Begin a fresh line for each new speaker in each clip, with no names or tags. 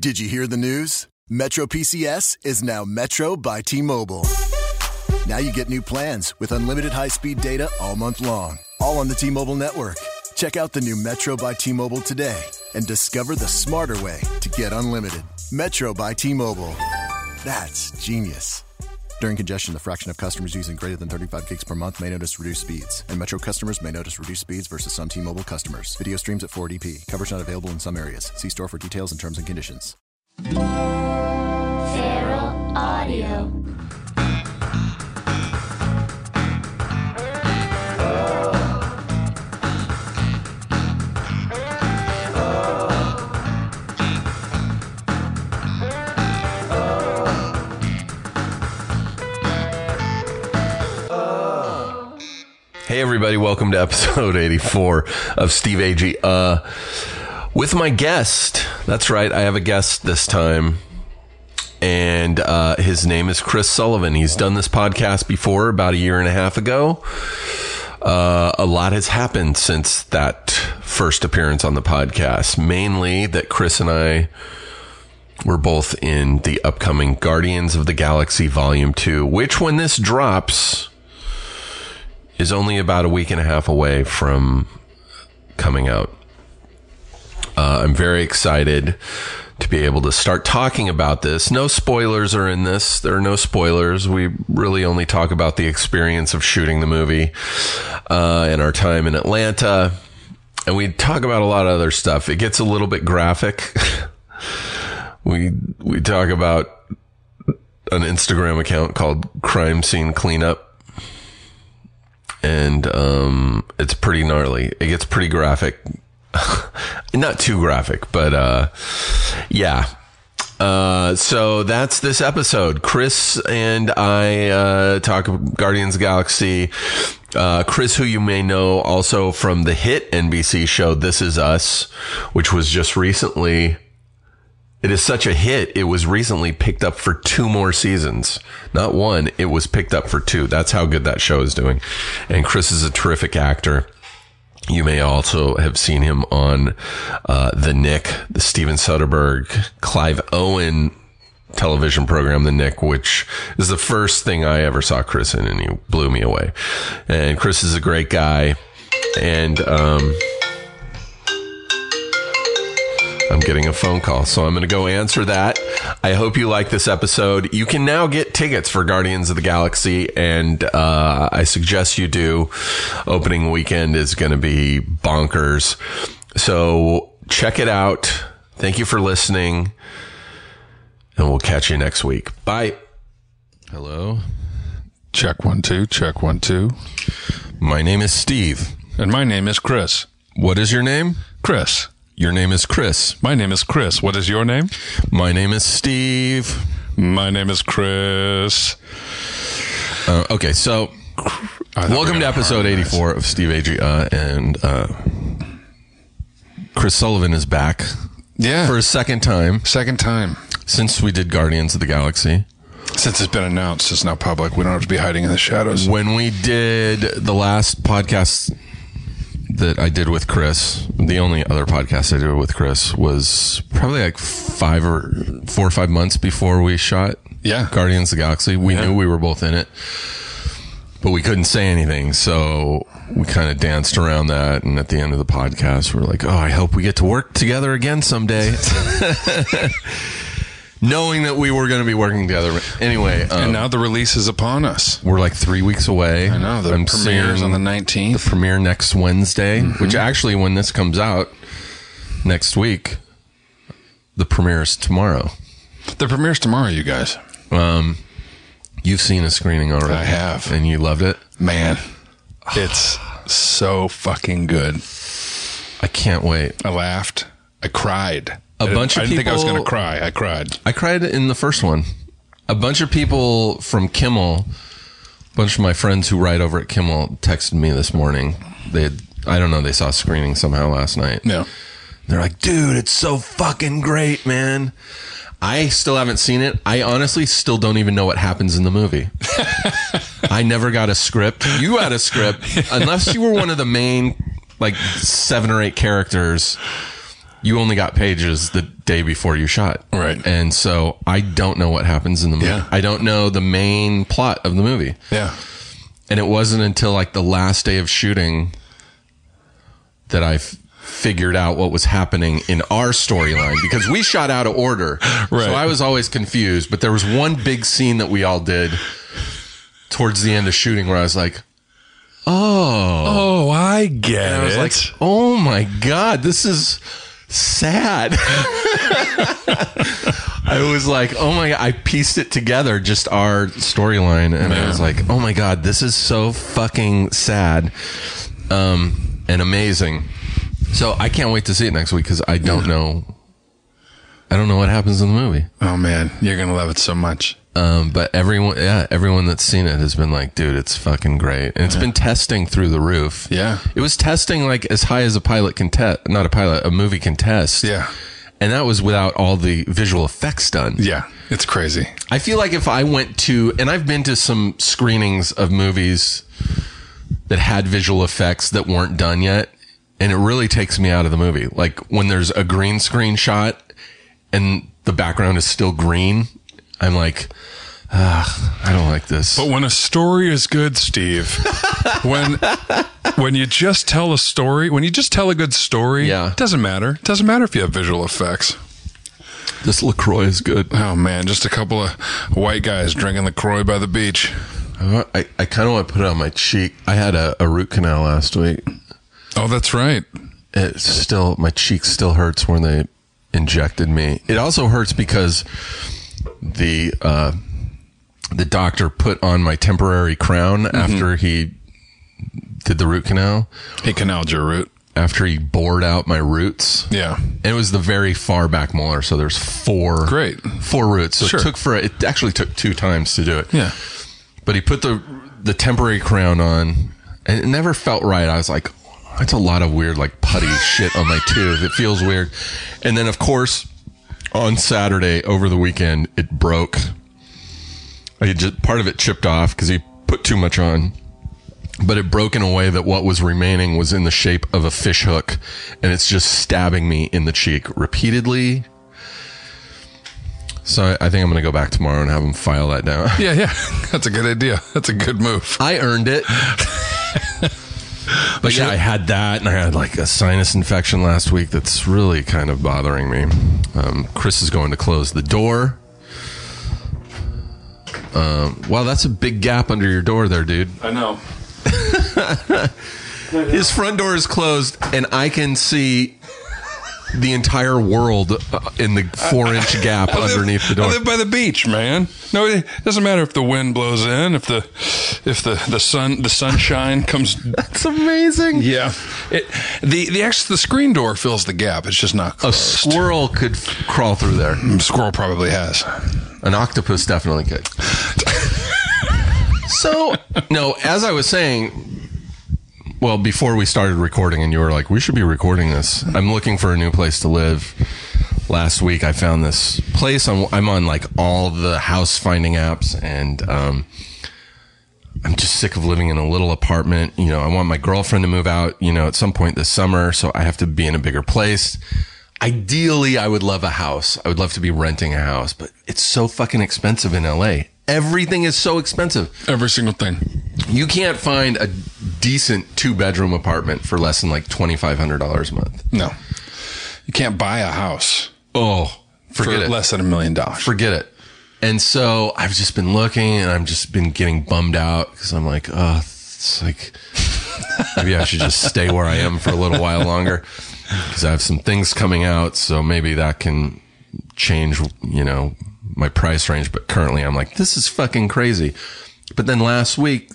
Did you hear the news? Metro PCS is now Metro by T Mobile. Now you get new plans with unlimited high speed data all month long, all on the T Mobile network. Check out the new Metro by T Mobile today and discover the smarter way to get unlimited. Metro by T Mobile. That's genius. During congestion, the fraction of customers using greater than 35 gigs per month may notice reduced speeds, and Metro customers may notice reduced speeds versus some T Mobile customers. Video streams at 480p. Coverage not available in some areas. See store for details and terms and conditions.
Feral Audio.
Hey everybody, welcome to episode 84 of Steve Agee. Uh with my guest. That's right, I have a guest this time. And uh, his name is Chris Sullivan. He's done this podcast before about a year and a half ago. Uh, a lot has happened since that first appearance on the podcast. Mainly that Chris and I were both in the upcoming Guardians of the Galaxy Volume 2, which when this drops, is only about a week and a half away from coming out. Uh, I'm very excited to be able to start talking about this. No spoilers are in this. There are no spoilers. We really only talk about the experience of shooting the movie uh, and our time in Atlanta. And we talk about a lot of other stuff. It gets a little bit graphic. we we talk about an Instagram account called Crime Scene Cleanup and um, it's pretty gnarly. It gets pretty graphic, not too graphic, but uh, yeah. Uh, so that's this episode. Chris and I uh, talk Guardians of the Galaxy. Uh, Chris, who you may know also from the hit NBC show This Is Us, which was just recently. It is such a hit. It was recently picked up for two more seasons. Not one, it was picked up for two. That's how good that show is doing. And Chris is a terrific actor. You may also have seen him on uh, The Nick, the Steven Soderbergh, Clive Owen television program, The Nick, which is the first thing I ever saw Chris in, and he blew me away. And Chris is a great guy. And, um, I'm getting a phone call, so I'm going to go answer that. I hope you like this episode. You can now get tickets for Guardians of the Galaxy, and uh, I suggest you do. Opening weekend is going to be bonkers. So check it out. Thank you for listening, and we'll catch you next week. Bye. Hello.
Check one, two, check one, two.
My name is Steve.
And my name is Chris.
What is your name?
Chris.
Your name is Chris.
My name is Chris. What is your name?
My name is Steve.
My name is Chris.
Uh, okay, so
I thought we
Welcome
were
to
gonna
episode
harmonize.
84 of Steve Adria and uh, Chris Sullivan is back
Yeah.
for a second time
second time
since we did Guardians of the Galaxy.
since it's been announced, it's now public. We don't have to be hiding in the shadows.
When we did the last podcast that I did with Chris, the only other podcast I did with Chris was probably like five or four or five months before we shot
Yeah.
Guardians of the Galaxy. We knew we were both in it, but we couldn't say anything. So we kind of danced around that. And at the end of the podcast, we are like, oh, I hope we get to work together again someday. Knowing that we were going to be working together. Anyway,
And
um,
now the release is upon us.
we're like three weeks away.
I know. The premiere is on the Mm-hmm. 19th.
premiere next Wednesday, which actually, when this comes out next week, the premiere is tomorrow.
The premiere's tomorrow, you guys.
Um, you've seen a screening already.
I have.
And you loved it.
Man, it's so fucking good.
I can't wait.
I laughed. I cried.
A
I didn't-
bunch of
I didn't think I was
people-
going to cry. I cried.
I cried in the first one. A bunch of people from Kimmel, a bunch of my friends who write over at Kimmel texted me this morning. They had, I don't know, they saw a screening somehow last night.
Yeah.
They're like, dude, it's so fucking great, man. I still haven't seen it. I honestly still don't even know what happens in the movie. I never got a script. You had a script, unless you were one of the main, like, seven or eight characters. you only got pages the day before you shot.
Right.
And so I don't know what happens in the movie.
Yeah.
I don't know the main plot of the movie.
Yeah.
And it wasn't until like the last day of shooting that I f- figured out what was happening in our storyline because we shot out of order.
Right.
So I was always confused, but there was one big scene that we all did towards the end of shooting where I was like,
Oh, I get
I was like, "Oh my god, this is sad." I was like, "Oh my god!" I pieced it together, just our storyline, and I was like, "Oh my god, this is so fucking sad, um, and amazing." So I can't wait to see it next week because I don't know, I don't know what happens in the movie.
oh man, you're gonna love it so much.
Um, but everyone, yeah, everyone that's seen it has been like, dude, it's fucking great. And it's been testing through the roof.
Yeah.
It was testing like as high as a pilot can test, not a pilot, a movie can test.
Yeah.
And that was without all the visual effects done.
Yeah, it's crazy.
I feel like if I went to, and I've been to some screenings of movies that had visual effects that weren't done yet, and it really takes me out of the movie. Like when there's a green screen shot and the background is still green, I'm like, ah, I don't like this.
But when a story is good, Steve, when when you just tell a story, when you just tell a good story,
Yeah.
it doesn't matter. It doesn't matter if you have visual effects.
this LaCroix is good.
Oh man, just a couple of white guys drinking LaCroix by the beach. Uh-huh.
I, I, kind of want to put it on my cheek. I had a, a root canal last week.
Oh, that's right.
it still my cheek still hurts when they injected me it also hurts because the uh the doctor put on my temporary crown
Mm-hmm.
after he did the root canal
He canaled your root.
after he bored out my roots
Yeah.
and it was the very far back molar so there's four
Great.
four roots so
Sure.
it took for it actually took two times to do it
Yeah.
but he put the the temporary crown on and it never felt right i was like that's a lot of weird like putty shit on my tooth it feels weird and then of course on saturday over the weekend it broke i had just part of it chipped off because he put too much on but it broke in a way that what was remaining was in the shape of a fish hook and it's just stabbing me in the cheek repeatedly so I- i think i'm going to go back tomorrow and have him file that down
Yeah, yeah. That's a good idea. That's a good move.
I earned it. but yeah, I had that, and I had like a sinus infection last week that's really kind of bothering me. Um, Chris is going to close the door. Um, wow, that's a big gap under your door there, dude.
I know.
His front door is closed, and I can see the entire world uh, in the four inch gap underneath the door.
I live by the beach, man. No, it doesn't matter if the wind blows in, if the if the the sun the sunshine comes.
That's amazing.
yeah, it the the actual the screen door fills the gap. It's just not
A
closed. Mm,
squirrel could f- crawl through there.
Squirrel probably has.
An octopus definitely could. so, no, as I was saying, well, before we started recording, and you were like, we should be recording this. I'm looking for a new place to live. Last week, I found this place. I'm, I'm on like all the house finding apps, and um, I'm just sick of living in a little apartment. You know, I want my girlfriend to move out, you know, at some point this summer. So I have to be in a bigger place. Ideally, I would love a house. I would love to be renting a house, but it's so fucking expensive in LA. Everything is so expensive.
Every single thing.
You can't find a decent two bedroom apartment for less than like $2,500 a month.
No, you can't buy a house
Oh,
for
forget it.
less than a million dollars.
forget it. And so I've just been looking and I've just been getting bummed out because I'm like, oh, it's like maybe I should just stay where I am for a little while longer because I have some things coming out. So maybe that can change, you know, my price range. But currently I'm like, this is fucking crazy. But then last week,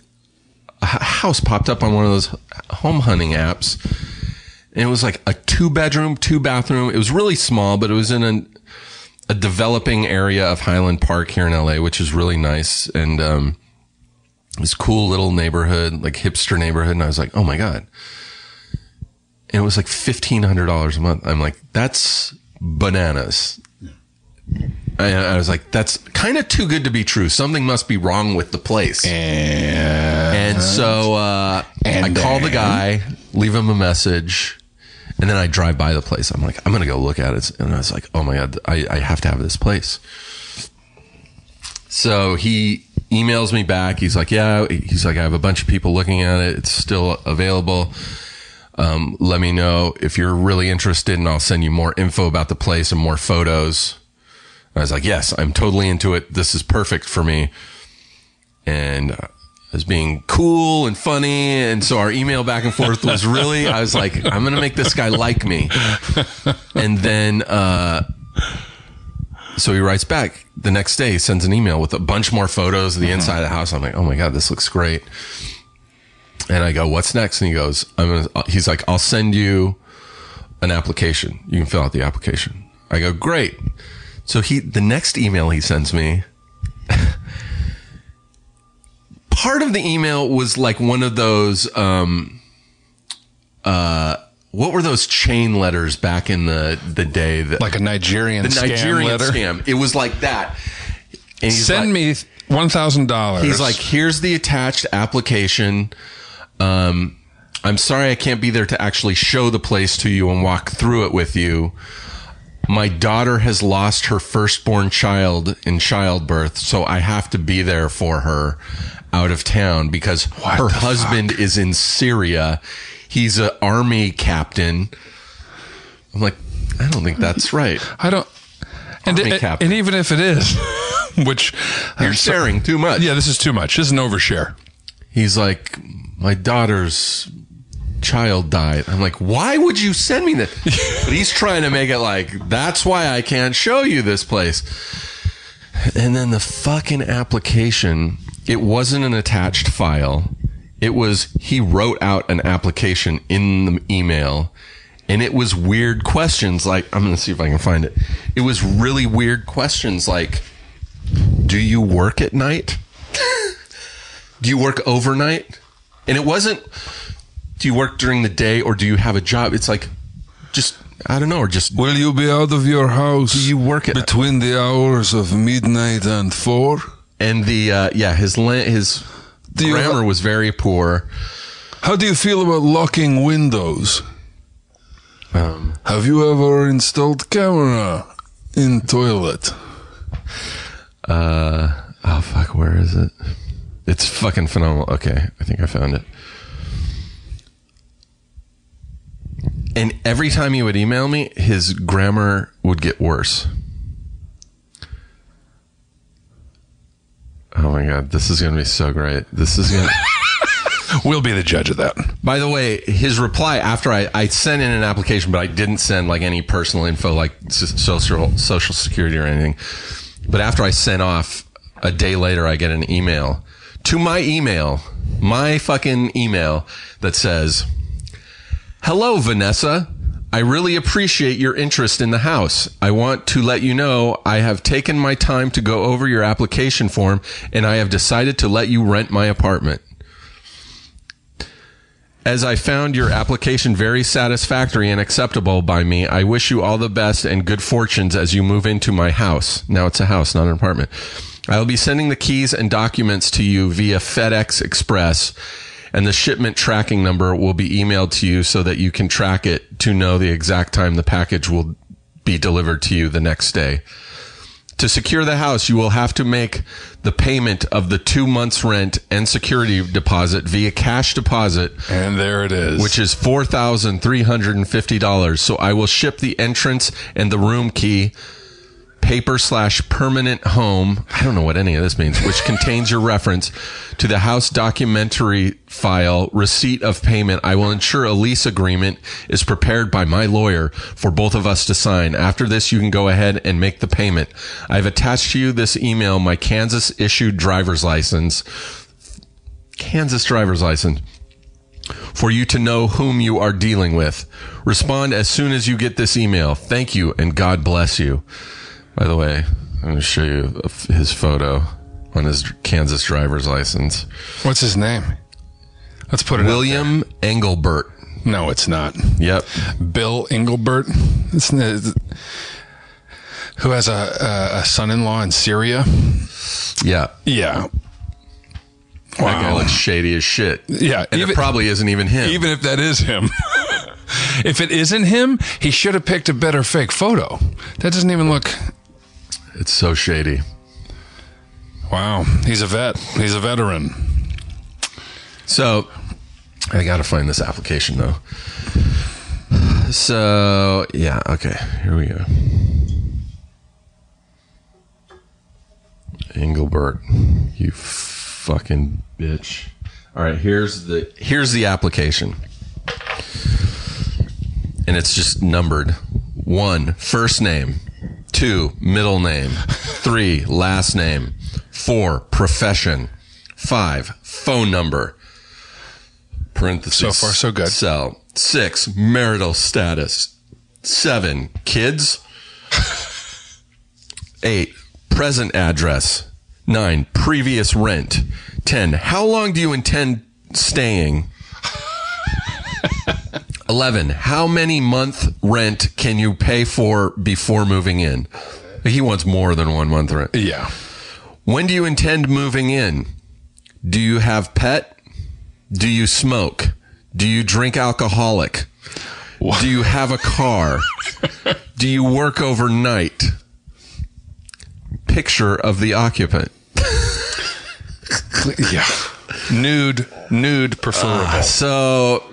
a h- house popped up on one of those home hunting apps. And it was like a two bedroom, two bathroom. It was really small, but it was in an, a developing area of Highland Park here in LA, which is really nice and um, this cool little neighborhood, like hipster neighborhood. And I was like, oh my god, and it was like fifteen hundred dollars a month. I'm like, that's bananas. And I was like, that's kind of too good to be true. Something must be wrong with the place. And so uh, I call the guy, leave him a message, And then I drive by the place. I'm like, I'm gonna go look at it. And I was like, oh my god, I, I have to have this place. So he emails me back. He's like, yeah. He's like, I have a bunch of people looking at it. It's still available. Um, let me know if you're really interested, and I'll send you more info about the place and more photos. And I was like, yes, I'm totally into it. This is perfect for me. And uh, I was being cool and funny. And so our email back and forth was really, I was like, I'm going to make this guy like me. And then, uh, so he writes back the next day, sends an email with a bunch more photos of the inside of the house. I'm like, oh my God, this looks great. And I go, what's next? And he goes, I'm gonna, uh, he's like, I'll send you an application. You can fill out the application. I go, great. So he, the next email he sends me, part of the email was like one of those, um, uh, what were those chain letters back in the, the day that
Like a Nigerian
the
scam
Nigerian
letter.
scam. It was like that. And he's
Send
like,
me one thousand dollars.
He's like, here's the attached application. Um, I'm sorry I can't be there to actually show the place to you and walk through it with you. My daughter has lost her firstborn child in childbirth, so I have to be there for her out of town because her husband is in Syria. He's an army captain. I'm like, I don't think that's right.
I don't. And,
Army
and-
captain.
and even if it is, which
You're sharing too much.
Yeah, this is too much. This is an overshare.
he's like, my daughter's child died. I'm like, why would you send me that? but he's trying to make it like, that's why I can't show you this place. And then the fucking application, it wasn't an attached file. It was, he wrote out an application in the email and it was weird questions. Like, I'm going to see if I can find it. It was really weird questions like, do you work at night? do you work overnight? And it wasn't do you work during the day or do you have a job? It's like just I don't know, or just
Will you be out of your house?
Do you work at-
between the hours of midnight and four?
and the uh, yeah, his la- his
you-
grammar was very poor.
How do you feel about locking windows?
Um,
Have you ever installed camera in toilet?
uh, oh fuck, where is it? It's fucking phenomenal. Okay, I think I found it. And every time he would email me, his grammar would get worse. Oh my god, this is gonna be so great. This is gonna.
We'll be the judge of that.
By the way, his reply after I, I sent in an application, but I didn't send like any personal info, like s- social social security or anything. But after I sent off, a day later, I get an email to my email, my fucking email that says, "Hello, Vanessa." I really appreciate your interest in the house. I want to let you know I have taken my time to go over your application form and I have decided to let you rent my apartment. As I found your application very satisfactory and acceptable by me, I wish you all the best and good fortunes as you move into my house. Now it's a house, not an apartment. I will be sending the keys and documents to you via FedEx Express and the shipment tracking number will be emailed to you so that you can track it to know the exact time the package will be delivered to you the next day. To secure the house, you will have to make the payment of the two months rent and security deposit via cash deposit
And there it is.
which is four thousand three hundred and fifty dollars. So I will ship the entrance and the room key, paper slash permanent home. I don't know what any of this means, which contains your reference to the house documentary file, receipt of payment. I will ensure a lease agreement is prepared by my lawyer for both of us to sign. After this, you can go ahead and make the payment. I've attached to you this email, my Kansas issued driver's license. Kansas driver's license for you to know whom you are dealing with. Respond as soon as you get this email. Thank you and God bless you. By the way, I'm going to show you his photo on his Kansas driver's license.
What's his name? Let's put it. up.
William Engelbert.
No, it's not.
Yep.
Bill Engelbert, It's- it's- who has a, a, a son-in-law in Syria.
Yeah.
Yeah.
That guy
Wow.
looks shady as shit.
Yeah.
And it
Even,
probably isn't even him.
even if that is him. If it isn't him, he should have picked a better fake photo. That doesn't even look.
It's so shady.
Wow, he's a vet. He's a veteran.
So I got to find this application though. So yeah, okay, here we go. Engelbert, you fucking bitch. All right, here's the here's the application. And it's just numbered. One, first name. Two, middle name. Three, last name. Four, profession. Five, phone number. Parentheses.
So far, so good.
Cell. Six, marital status. Seven, kids. Eight, present address. Nine, previous rent. Ten, how long do you intend staying? Eleven, how many month rent can you pay for before moving in? He wants more than one month rent.
Yeah.
When do you intend moving in? Do you have pet? Do you smoke? Do you drink alcoholic? Do you have a car? do you work overnight? Picture of the occupant.
Yeah. Nude, nude preferable.
So,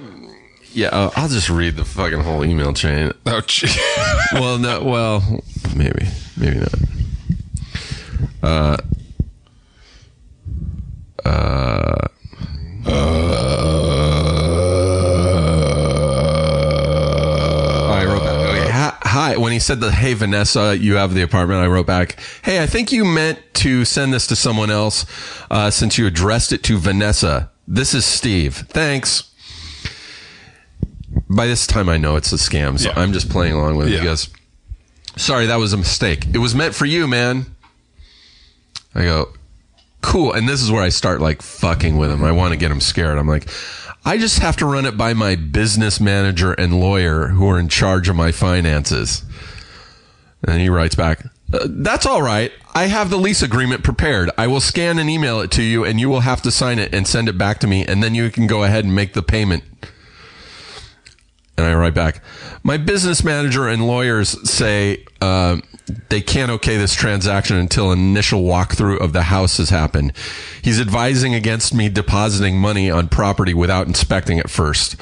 yeah, uh, I'll just read the fucking whole email chain.
oh, gee.
well, no, well, maybe, maybe not. Uh, uh, uh, I wrote back, okay, hi- Hi, when he said the hey Vanessa, you have the apartment, I wrote back, hey, I think you meant to send this to someone else uh, since you addressed it to Vanessa. This is Steve. Thanks. By this time, I know it's a scam, so
Yeah.
I'm just playing along with it.
Yeah.
He goes, sorry, that was a mistake. It was meant for you, man. I go, cool. And this is where I start like fucking with him. I want to get him scared. I'm like, I just have to run it by my business manager and lawyer who are in charge of my finances. And he writes back, "Uh, That's all right. I have the lease agreement prepared. I will scan and email it to you, and you will have to sign it and send it back to me, and then you can go ahead and make the payment. And I write back, My business manager and lawyers say uh, they can't okay this transaction until an initial walkthrough of the house has happened. He's advising against me depositing money on property without inspecting it first.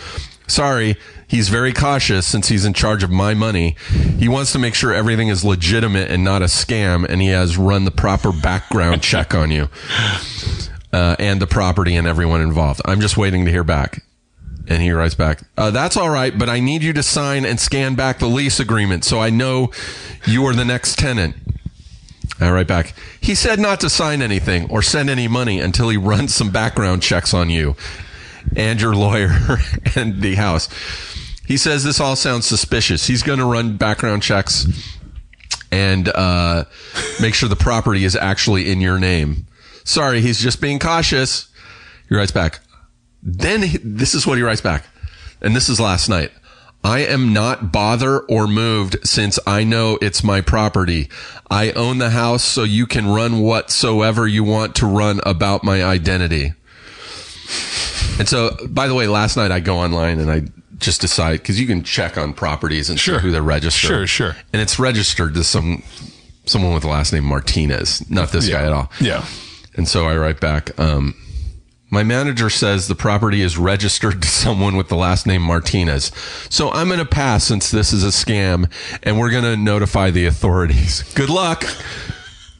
Sorry, he's very cautious since he's in charge of my money. He wants to make sure everything is legitimate and not a scam, and he has run the proper background check on you uh, and the property and everyone involved. I'm just waiting to hear back. And he writes back, uh, That's all right, but I need you to sign and scan back the lease agreement so I know you are the next tenant. I write back, He said not to sign anything or send any money until he runs some background checks on you and your lawyer and the house. He says this all sounds suspicious. He's going to run background checks and uh, make sure the property is actually in your name. Sorry, he's just being cautious. He writes back, then he- this is what he writes back. And this is last night. I am not bother or moved since I know it's my property. I own the house so you can run whatsoever you want to run about my identity. And so, by the way, last night I go online and I just decide because you can check on properties and see
Sure.
who they're registered.
Sure, sure.
And it's registered to some someone with the last name Martinez, not this guy at all.
Yeah.
And so I write back, um, my manager says the property is registered to someone with the last name Martinez. So I'm going to pass since this is a scam and we're going to notify the authorities. Good luck.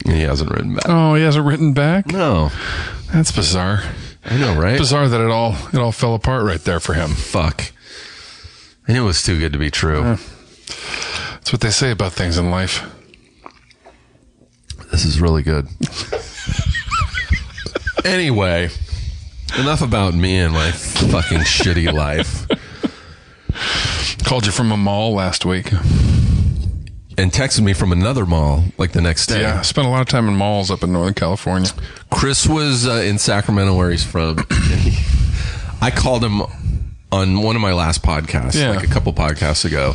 And he hasn't written back.
Oh, he has it written back.
No.
That's bizarre.
I know, right?
Bizarre that it all it all fell apart right there for him.
Fuck. And it was too good to be true.
That's what they say about things in life.
This is really good. anyway, enough about me and my fucking shitty life.
Called you from a mall last week.
And texted me from another mall like the next day.
Yeah, I spent a lot of time in malls up in Northern California.
Chris was uh, in Sacramento, where he's from. and he- I called him on one of my last podcasts,
Yeah.
like a couple podcasts ago,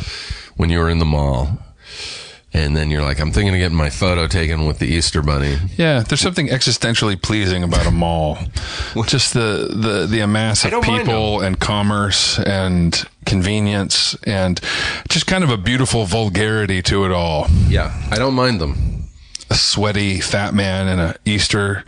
when you were in the mall. And then you're like, I'm thinking of getting my photo taken with the Easter Bunny.
Yeah, there's something existentially pleasing about a mall. Just the the the amass of
don't mind
people and commerce and convenience and just kind of a beautiful vulgarity to it all.
Yeah, I don't mind them.
A sweaty fat man in a Easter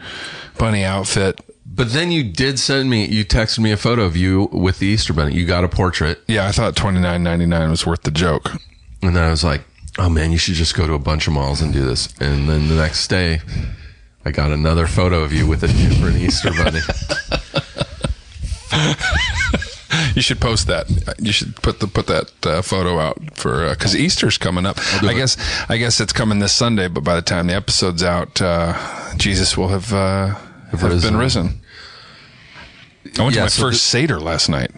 bunny outfit.
But then you did send me, you texted me a photo of you with the Easter Bunny. You got a portrait.
Yeah, I thought twenty nine ninety nine was worth the joke.
And then I was like, oh man, you should just go to a bunch of malls and do this. And then the next day, I got another photo of you with a different Easter bunny.
You should post that. You should put the put that uh, photo out for because Easter's coming up. I guess I guess it's coming this Sunday, but by the time the episode's out, uh, Jesus will have, uh, have
risen.
been risen. I went
Yeah,
to my
so
first seder last night.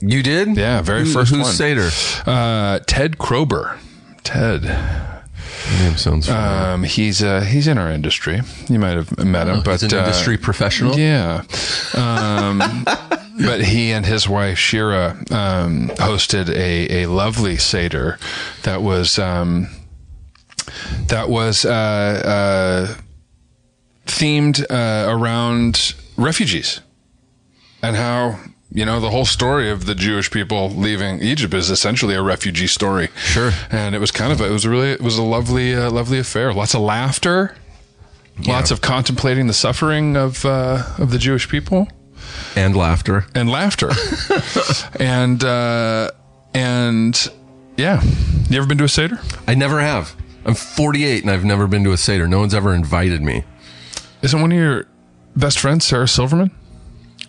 You did?
Yeah, very
Who-
first
who's
one.
Seder?
Uh, Ted Krober. Ted.
Name sounds familiar.
Um, he's uh, he's in our industry. You might have met him, but
Oh, He's an
uh,
industry professional.
Yeah. Um, but he and his wife Shira um, hosted a, a lovely seder that was um, that was uh, uh, themed uh, around refugees and how you know the whole story of the Jewish people leaving Egypt is essentially a refugee story.
Sure.
And it was kind of a, it was really it was a lovely uh, lovely affair. Lots of laughter. Lots of contemplating the suffering of uh, of the Jewish people
And laughter.
and laughter, and uh, and yeah, you ever been to a seder?
I never have. I'm 48 and I've never been to a Seder. No one's ever invited me.
Isn't one of your best friends Sarah Silverman?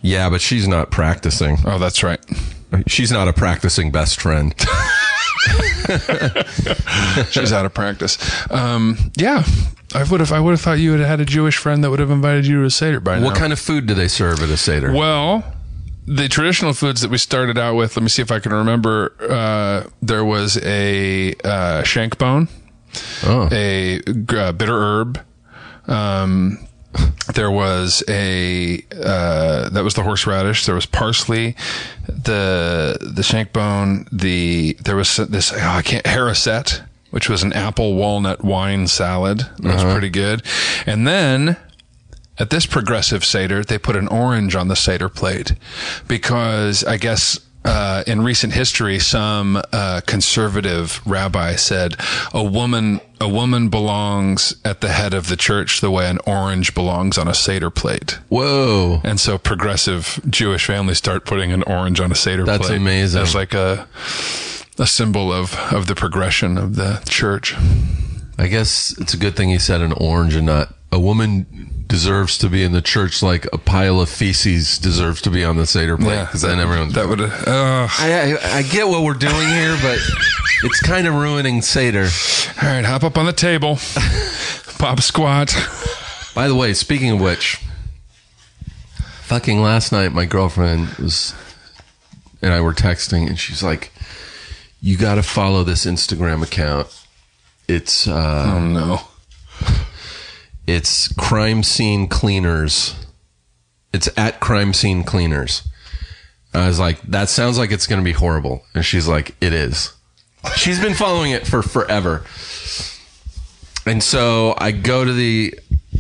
Yeah, but she's not practicing.
Oh, that's right.
She's not a practicing best friend.
She's out of practice. Um, yeah, I would have. I would have thought you would have had a Jewish friend that would have invited you to a seder by now.
What kind of food do they serve at a Seder?
Well, the traditional foods that we started out with. Let me see if I can remember. Uh, there was a uh, shank bone,
Oh.
a uh, bitter herb. Um, there was a uh, that was the horseradish. There was parsley, the the shank bone. The there was this oh, I can't haricet, which was an apple walnut wine salad. That was pretty good. And then at this progressive Seder, they put an orange on the Seder plate because I guess uh, in recent history, some uh, conservative rabbi said a woman a woman belongs at the head of the church the way an orange belongs on a Seder plate.
Whoa.
And so progressive Jewish families start putting an orange on a Seder
That's
plate.
amazing.
That's like a, a symbol of, of the progression of the church.
I guess it's a good thing he said an orange and not a woman deserves to be in the church like a pile of feces deserves to be on the Seder plate. Because then everyone's.
That would, uh,
I, I, I get what we're doing here, but it's kind of ruining Seder.
all right, hop up on the table, pop squat.
By the way, speaking of which, fucking last night, my girlfriend was and I were texting, and she's like, "You got to follow this Instagram account. It's uh,
Oh no.
it's crime scene cleaners. It's at crime scene cleaners." I was like, "That sounds like it's going to be horrible," and she's like, "It is." She's been following it for forever. And so I go to the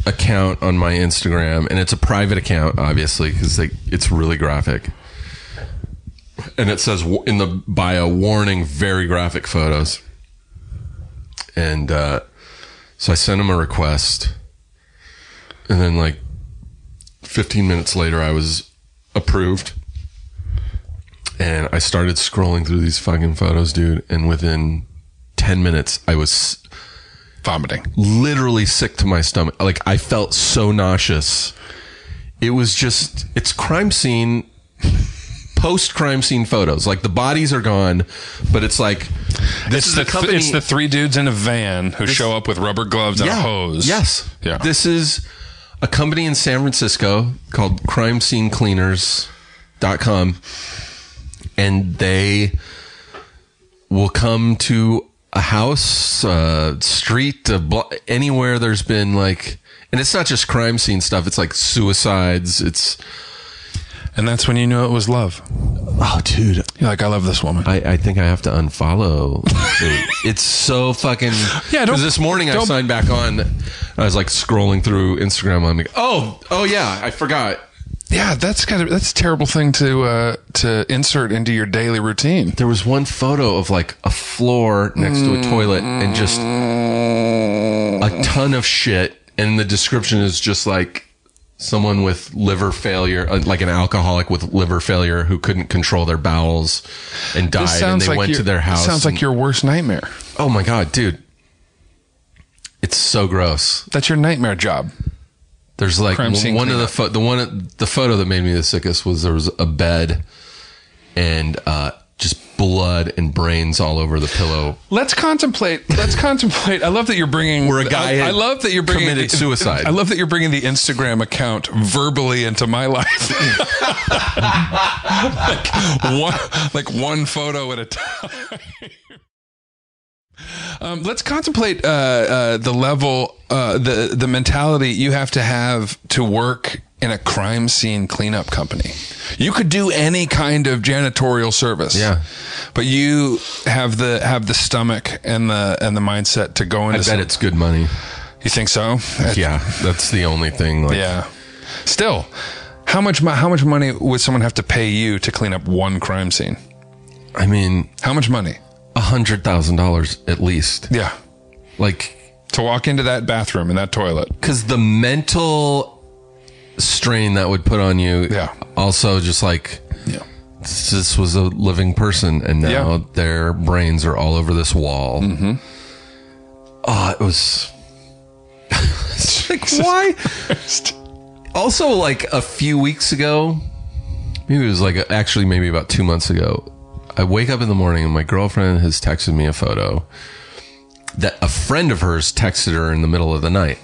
account on my Instagram, and it's a private account, obviously, because like it's really graphic. And it says wa- in the bio, warning, very graphic photos. And uh, so I sent him a request, and then like 15 minutes later, I was approved. And I started scrolling through these fucking photos, dude. And within 10 minutes, I was
vomiting.
literally sick to my stomach. Like I felt so nauseous. It was just it's crime scene post crime scene photos. Like the bodies are gone, but it's like this
it's
is
the
the company
it's the three dudes in a van who show up with rubber gloves and a hose.
Yes.
Yeah.
This is a company in San Francisco called crime scene cleaners.com and they will come to a house, a street, a blo- anywhere there's been like and it's not just crime scene stuff, it's like suicides, it's
and that's when you knew it was love.
oh dude,
You're like, I love this woman.
I, I think I have to unfollow. it. it's so fucking.
Yeah, don't-
'cause this morning I
don't-
signed back on. I was like scrolling through Instagram. I'm like, oh, oh yeah, I forgot.
Yeah, that's kind of that's a terrible thing to uh, to insert into your daily routine.
There was one photo of like a floor next to a toilet and just a ton of shit. And the description is just like someone with liver failure, uh, like an alcoholic with liver failure who couldn't control their bowels and died.
This
And
sounds
they
like
went
your,
to their house.
This sounds
and-
like your worst nightmare.
oh my God, dude. It's so gross.
That's your nightmare job.
There's like
Crime scene
one of the
cleanup.
pho- the one the photo that made me the sickest was there was a bed and uh, just blood and brains all over the pillow.
Let's contemplate. Let's contemplate. I love that you're bringing.
Where a guy
I, I
had
love that you're bringing
committed
the-
suicide.
I love that you're bringing the Instagram account verbally into my life. like, one, like one photo at a time. Um, let's contemplate uh, uh, the level, uh, the the mentality you have to have to work in a crime scene cleanup company. You could do any kind of janitorial service,
Yeah.
but you have the have the stomach and the and the mindset to go
I
into.
bet
some-
it's good money.
you think so?
Yeah, that's the only thing. Like,
yeah. Still, how much mo- how much money would someone have to pay you to clean up one crime scene?
I mean,
How much money?
a hundred thousand dollars at least.
Yeah,
Like,
to walk into that bathroom and that toilet.
because the mental strain that would put on you.
Yeah.
Also, just like
Yeah.
this was a living person and now
Yeah.
their brains are all over this wall. Mm-hmm. Oh, it was. It's like, why? also, like a few weeks ago, maybe it was like actually maybe about two months ago, I wake up in the morning and my girlfriend has texted me a photo that a friend of hers texted her in the middle of the night.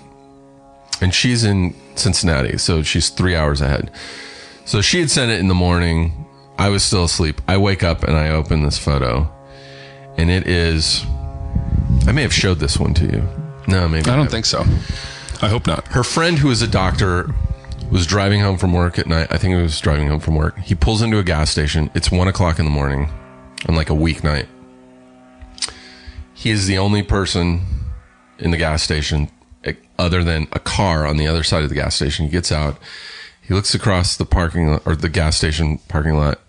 And she's in Cincinnati, so she's three hours ahead. So she had sent it in the morning. I was still asleep. I wake up and I open this photo, and it is. I may have showed this one to you. No, maybe
I don't
haven't.
think so. I hope not.
Her friend, who is a doctor, was driving home from work at night. I think he was driving home from work. He pulls into a gas station. It's one o'clock in the morning on like a weeknight. He is the only person in the gas station eh, other than a car on the other side of the gas station. He gets out. He looks across the parking lot or the gas station parking lot.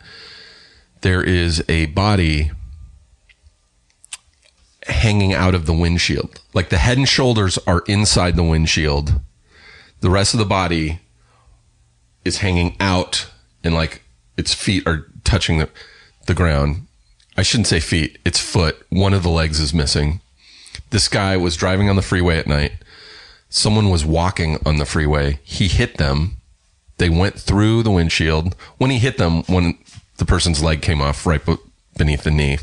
There is a body hanging out of the windshield. Like the head and shoulders are inside the windshield. The rest of the body is hanging out and like its feet are touching the, the ground. I shouldn't say feet, it's foot. One of the legs is missing. This guy was driving on the freeway at night. Someone was walking on the freeway. He hit them. They went through the windshield. When he hit them, when the person's leg came off right be- beneath the knee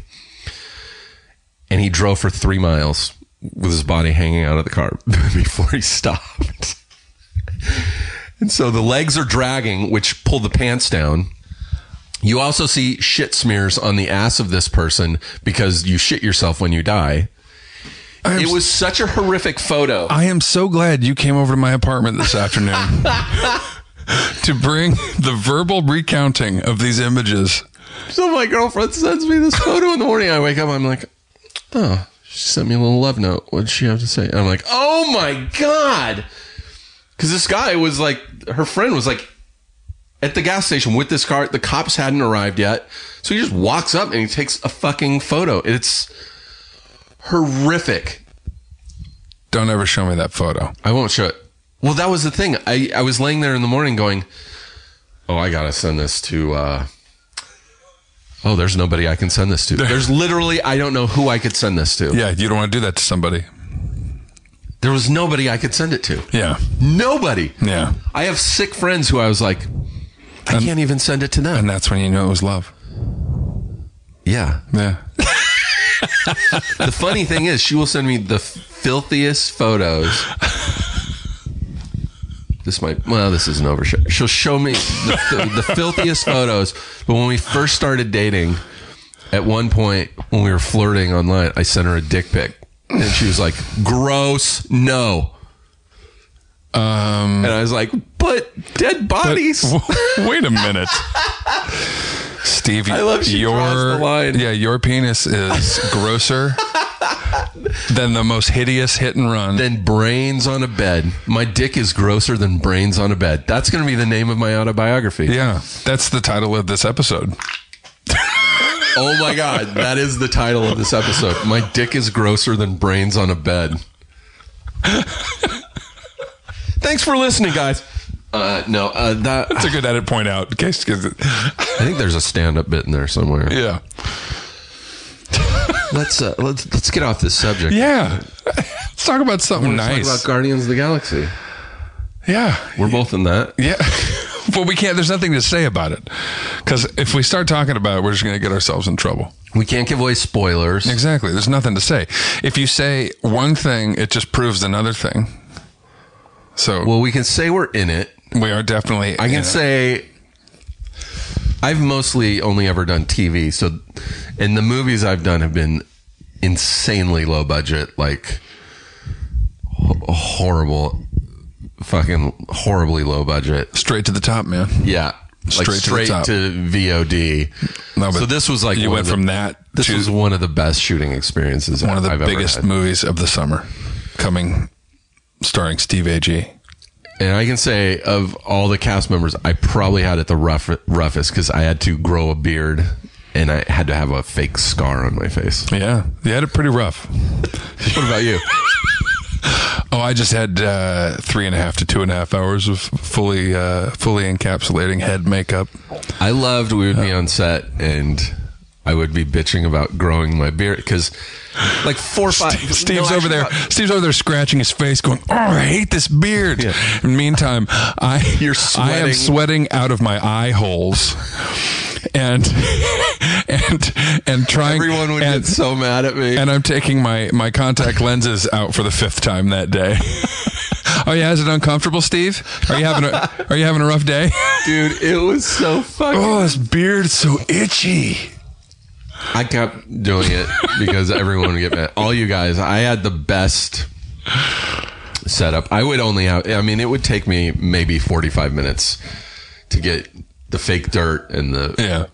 and he drove for three miles with his body hanging out of the car before he stopped. and so the legs are dragging, which pull the pants down. You also see shit smears on the ass of this person because you shit yourself when you die. It was such a horrific photo.
I am so glad you came over to my apartment this afternoon to bring the verbal recounting of these images.
So my girlfriend sends me this photo in the morning. I wake up, I'm like, oh, she sent me a little love note. What'd she have to say? I'm like, oh my God. Because this guy was like, her friend was like at the gas station with this car. The cops hadn't arrived yet. So he just walks up and he takes a fucking photo. It's horrific.
Don't ever show me that photo.
I won't show it. Well, that was the thing. I, I was laying there in the morning going, Oh, I gotta send this to uh Oh, there's nobody I can send this to. There's literally I don't know who I could send this to.
Yeah, you don't want to do that to somebody.
There was nobody I could send it to.
Yeah.
Nobody.
Yeah.
I have sick friends who I was like, I can't even send it to them.
And that's when you knew it was love.
Yeah.
Yeah.
The funny thing is, she will send me the filthiest photos. This might, well, this is an overshare. She'll show me the, the filthiest photos. But when we first started dating, at one point when we were flirting online, I sent her a dick pic. And she was like, gross, no.
Um,
And I was like, but dead bodies.
wait a minute. Steve,
I love she
your
draws the line.
yeah, your penis is grosser Then the most hideous hit and run.
Then brains on a bed. My dick is grosser than brains on a bed. That's going to be the name of my autobiography.
yeah, that's the title of this episode.
Oh my god, that is the title of this episode. My dick is grosser than brains on a bed. Thanks for listening, guys. Uh, no, uh, that
That's a good edit point out. In case, 'cause it-
I think there's a stand-up bit in there somewhere.
yeah,
Let's uh, let's let's get off this subject.
yeah. Let's talk about something
Let's
nice.
Talk about Guardians of the Galaxy.
yeah,
We're both in that.
Yeah. but we can't, there's nothing to say about it. Because if we start talking about it, we're just going to get ourselves in trouble.
We can't give away spoilers.
Exactly. There's nothing to say. If you say one thing, it just proves another thing. So
Well, we can say we're in it.
we are definitely.
I can say I've mostly only ever done TV. So, and the movies I've done have been insanely low budget, like ho- horrible, fucking horribly low budget.
straight to the top, man.
Yeah.
Straight to the
like straight
top.
to, VOD.
No, but
so this was like
you
one
went
of the-
from that
This
to
was one of the best shooting experiences.
one of the
I've ever
biggest
had.
movies of the summer coming, starring Steve A.G.
And I can say of all the cast members, I probably had it the rough, roughest because I had to grow a beard and I had to have a fake scar on my face.
Yeah. You had it pretty rough.
What about you?
Oh, I just had uh, three and a half to two and a half hours of fully, uh, fully encapsulating head makeup.
I loved we would be on set and I would be bitching about growing my beard because like four or five.
Steve's
no,
over
actually
there.
not.
Steve's over there scratching his face, going, "Oh, I hate this beard." And meantime, I
You're
I am
sweating.
sweating out of my eye holes, and and and trying.
Everyone would
and,
get so mad at me.
and I'm taking my my contact lenses out for the fifth time that day. oh yeah, is it uncomfortable, Steve? Are you having a Are you having a rough day?
Dude, it was so fucking.
oh, this beard's so itchy.
I kept doing it because everyone would get mad. All you guys, I had the best setup. I would only have, I mean, it would take me maybe 45 minutes to get the fake dirt and the,
Yeah,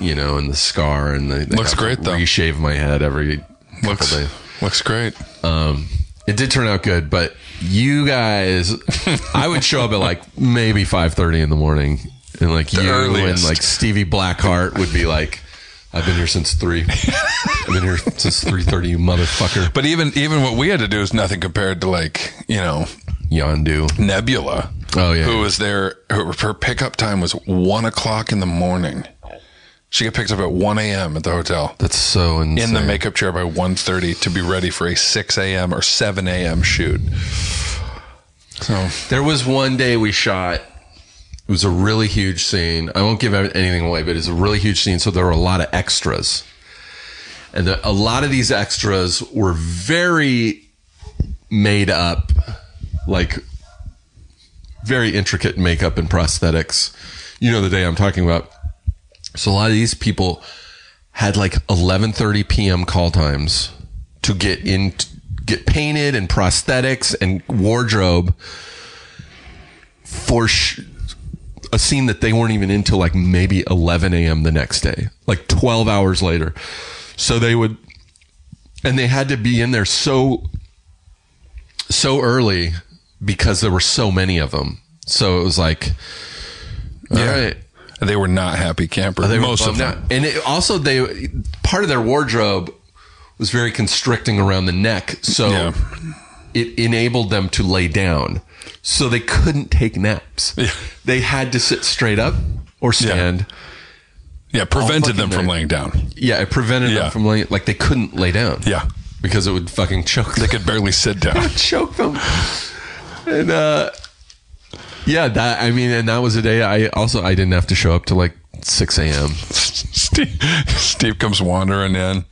you know, and the scar and the, they
Looks
have to
great, though.
Reshave my head every couple
looks
days.
looks great.
Um, it did turn out good, but you guys, I would show up at like maybe five thirty in the morning, and like you
earliest.
and like Stevie Blackheart would be like, "I've been here since three. I've been here since three thirty, you motherfucker."
But even even what we had to do is nothing compared to like you know
Yondu.
Nebula.
Oh, yeah.
who was there? Her, her pickup time was one o'clock in the morning. She got picked up at one a.m. at the hotel
That's so
in
insane.
the makeup chair by 1.30 to be ready for a six a.m. or seven a.m. shoot. So
There was one day we shot. It was a really huge scene. I won't give anything away, but it's a really huge scene. So there were a lot of extras. And the, a lot of these extras were very made up, like very intricate makeup and prosthetics. You know the day I'm talking about. So a lot of these people had like 11:30 p.m. call times to get in get painted and prosthetics and wardrobe for sh- a scene that they weren't even into like maybe 11 a.m. the next day, like 12 hours later. So they would, and they had to be in there so, so early because there were so many of them. So it was like, all
Yeah.
right.
they were not happy camper.
Oh, They were
most of
bummed
them.
out. And it, also, they part of their wardrobe was very constricting around the neck, so
Yeah.
it enabled them to lay down. So they couldn't take naps.
Yeah.
They had to sit straight up or stand.
Yeah, prevented them
fucking
from
night.
laying down.
Yeah, it prevented
Yeah.
them from laying. Like they couldn't lay down.
Yeah.
because it would fucking choke.
They
Them.
could barely sit down.
choke them. And uh, yeah, that I mean, and that was a day I also I didn't have to show up till like six a.m.
Steve, Steve comes wandering in,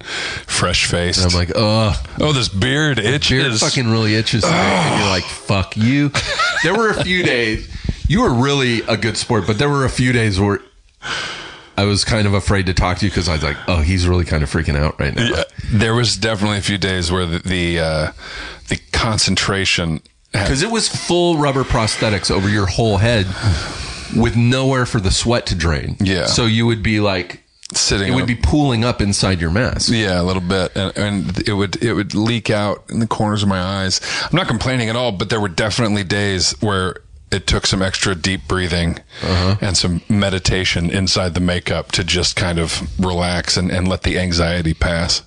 fresh faced.
I'm like, oh,
oh, this beard itches.
beard fucking really itches today. and you're like fuck you there were a few days you were really a good sport but there were a few days where i was kind of afraid to talk to you because i was like oh he's really kind of freaking out right now
Yeah, there was definitely a few days where the the, uh, the concentration had,
because it was full rubber prosthetics over your whole head with nowhere for the sweat to drain
Yeah.
so you would be like
sitting.
It would
up.
be pooling up inside your mask.
Yeah, a little bit, and, and it would it would leak out in the corners of my eyes. I'm not complaining at all, but there were definitely days where it took some extra deep breathing and some meditation inside the makeup to just kind of relax and, and let the anxiety pass.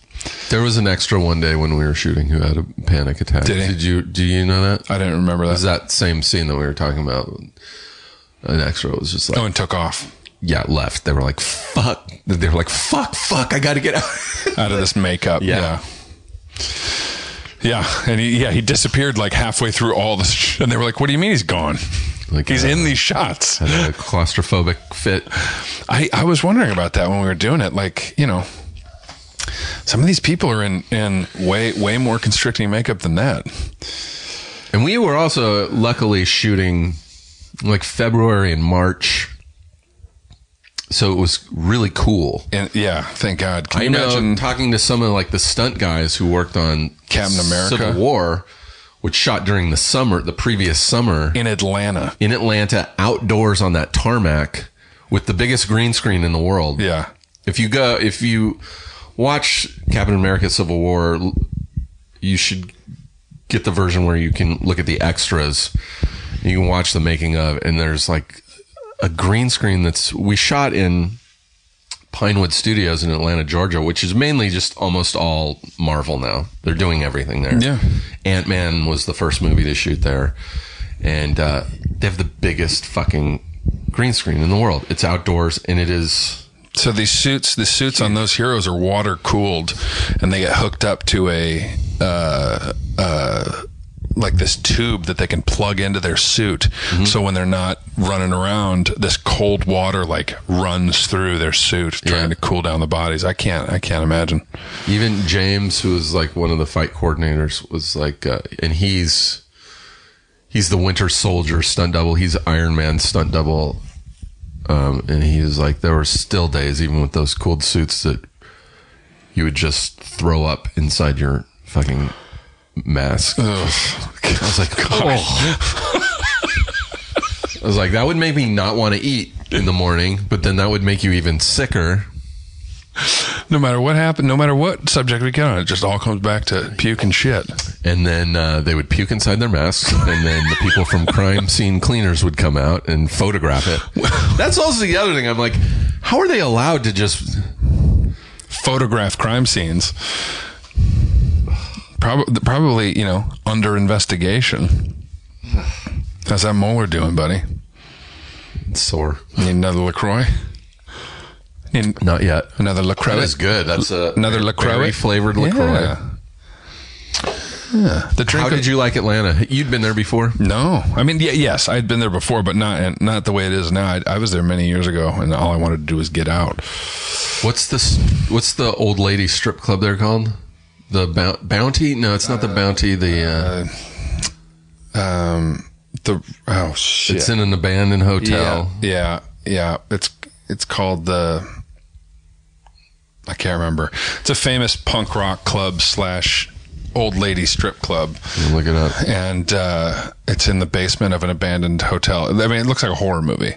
There was an extra one day when we were shooting who had a panic attack.
Did he?
you? Do you know that?
I didn't remember
It was
that.
that same scene that we were talking about. An extra was just like,
Oh, and took off
yeah, left. They were like, fuck. They were like, fuck, fuck. I got to get out.
out of this makeup.
Yeah.
yeah. Yeah, and he, yeah, he disappeared like halfway through all the, sh- and they were like, "What do you mean he's gone?
Like,
he's
uh,
in these shots."
had a claustrophobic fit.
I, I was wondering about that when we were doing it. Like, you know, some of these people are in, in way, way more constricting makeup than that.
And we were also luckily shooting like February and March. So it was really cool.
And yeah, thank God. Can
I
you
know
imagine?
talking to some of like the stunt guys who worked on
Captain America.
Civil War, which shot during the summer, the previous summer
in Atlanta.
in Atlanta, outdoors on that tarmac with the biggest green screen in the world.
Yeah.
If you go, if you watch Captain America Civil War, l- you should get the version where you can look at the extras. You can watch the making of, and there's like a green screen that's we shot in Pinewood Studios in Atlanta, Georgia, which is mainly just almost all Marvel now. They're doing everything there.
Yeah.
Ant Man was the first movie to shoot there, and uh, they have the biggest fucking green screen in the world. It's outdoors, and it is.
So these suits, the suits on those heroes are water cooled and they get hooked up to a, uh, uh, like this tube that they can plug into their suit.
Mm-hmm.
So when they're not running around, this cold water like runs through their suit trying
Yeah.
to cool down the bodies. I can't, I can't imagine.
Even James, who was like one of the fight coordinators, was like, uh, and he's he's the Winter Soldier stunt double. He's Iron Man stunt double, um, and he was like, there were still days, even with those cooled suits, that you would just throw up inside your fucking mask. I was like, "Oh." I was like, that would make me not want to eat in the morning, but then that would make you even sicker.
No matter what happened, no matter what subject we get on, it just all comes back to puke and shit.
And then uh, they would puke inside their masks, and then the people from crime scene cleaners would come out and photograph it. That's also the other thing. I'm like, how are they allowed to just?
Photograph crime scenes. Probably, probably, you know, under investigation. How's that molar doing, buddy?
It's sore.
Need another Lacroix? Need
Not yet.
another Lacroix?
That is good. That's a
Another LaCroix?
berry flavored Lacroix.
Yeah. Yeah. The drink.
How
of-
did you like Atlanta? You'd been there before.
No, I mean, yeah, yes, I'd been there before, but not and not the way it is now. I, I was there many years ago, and all I wanted to do was get out.
What's this? What's the old lady strip club they're called? The bou- bounty? No, it's not the bounty. The uh,
Um, the oh shit,
it's in an abandoned hotel.
Yeah, yeah. It's it's called the. I can't remember. It's a famous punk rock club slash old lady strip club,
Look it up.
and uh, it's in the basement of an abandoned hotel. I mean, it looks like a horror movie,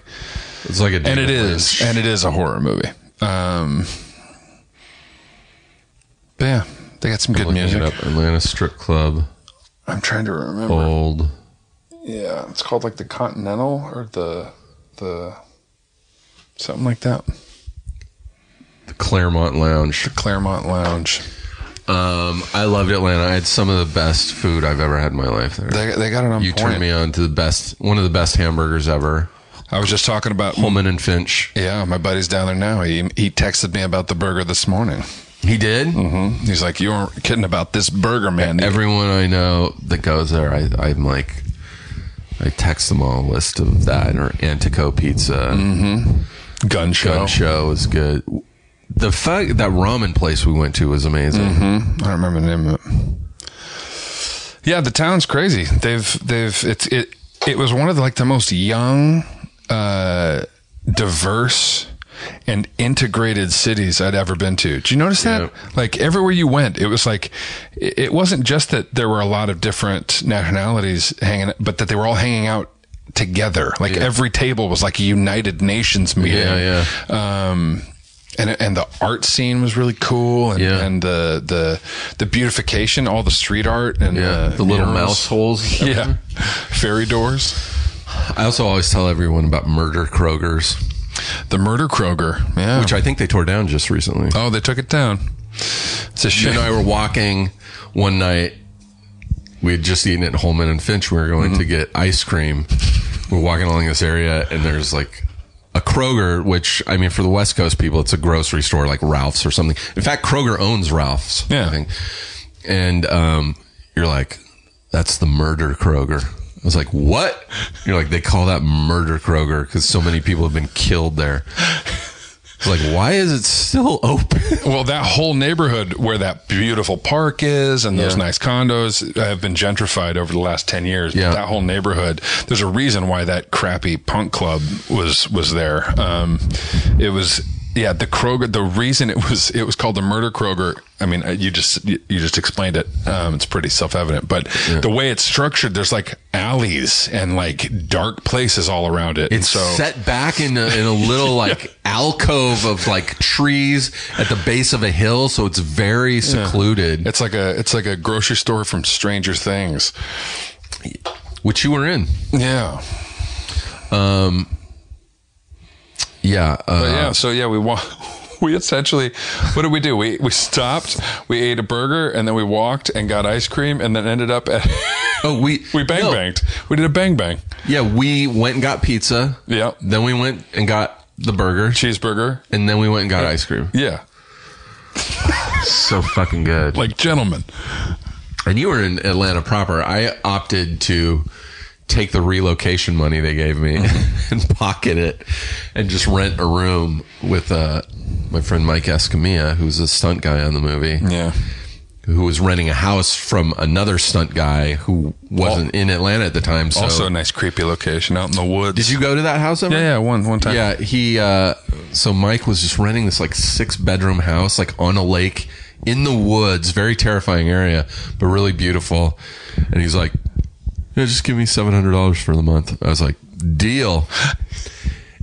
It's like a
and it is, and it is a horror movie. Um, but yeah, they got some good
Looking it
music.
up. Atlanta strip club.
I'm trying to remember.
Old.
Yeah, it's called like the Continental or the the something like that.
the Claremont Lounge.
Claremont Lounge.
Um, I loved Atlanta. I had some of the best food I've ever had in my life there.
They, they got it on
you
point.
turned me on to the best, one of the best hamburgers ever.
I was just talking about.
Pullman and Finch.
Yeah, my buddy's down there now. He he texted me about the burger this morning.
He did.
Mm-hmm. He's like, "You weren't kidding about this burger, man."
Everyone I know that goes there, I, I'm like, I text them all a list of that or Antico Pizza.
Mm-hmm. gun show.
Gun Show is good. The fact that ramen place we went to was amazing.
I don't remember the name of it. Yeah, the town's crazy. They've they've it's it it was one of the, like the most young, uh, diverse, and integrated cities I'd ever been to. Did you notice that? Like everywhere you went, it was like it it wasn't just that there were a lot of different nationalities hanging, but that they were all hanging out together. Like every table was like a United Nations meeting.
Yeah, yeah.
Um, and and the art scene was really cool, and,
Yeah.
and the the the beautification, all the street art, and uh,
Yeah, the little
murals.
mouse holes.
yeah, fairy doors,
I also always tell everyone about Murder Kroger's,
the murder Kroger, yeah.
which I think they tore down just recently.
oh, they took it down. It's a
She
shame.
and I were walking one night. We had just eaten at Holman and Finch. We were going to get ice cream. We're walking along this area, and there's like a Kroger, which I mean, for the West Coast people, it's a grocery store like Ralph's or something. In fact, Kroger owns Ralph's.
Yeah.
I think. And um, you're like, that's the murder Kroger. I was like, what? You're like, they call that murder Kroger because so many people have been killed there. It's like, why is it still open?
Well, that whole neighborhood where that beautiful park is and those nice condos have been gentrified over the last 10 years.
Yeah.
That whole neighborhood, there's a reason why that crappy punk club was was there. Um, it was yeah, the Kroger the reason it was it was called the Murder Kroger. I mean, uh, you just you you just explained it. Um, it's pretty self-evident, but the way it's structured, there's like alleys and like dark places all around it.
It's set back in a, in a little like alcove of like trees at the base of a hill, so it's very secluded.
it's like a it's like a grocery store from Stranger Things.
Which you were in, Um,
Yeah.
yeah. Uh,
But yeah, so yeah, we wa- we essentially what did we do? We we stopped, we ate a burger, and then we walked and got ice cream, and then ended up at
Oh, we
we bang
no.
banged. We did a bang bang.
Yeah, we went and got pizza.
Yeah,
Then we went and got the burger,
cheeseburger.
and then we went and got ice cream.
Yeah,
So fucking good.
like gentlemen.
And you were in Atlanta proper. I opted to take the relocation money they gave me
Uh-huh.
and pocket it and just rent a room with uh, my friend Mike Escamilla, who's a stunt guy on the movie,
Yeah,
who was renting a house from another stunt guy who wasn't in Atlanta at the time. So
also a nice creepy location out in the woods.
did you go to that house ever?
Yeah, yeah, one one time.
Yeah, he. Uh, so Mike was just renting this like six bedroom house, like on a lake in the woods, very terrifying area, but really beautiful. And he's like, "Yeah, just give me seven hundred dollars for the month." I was like, "Deal."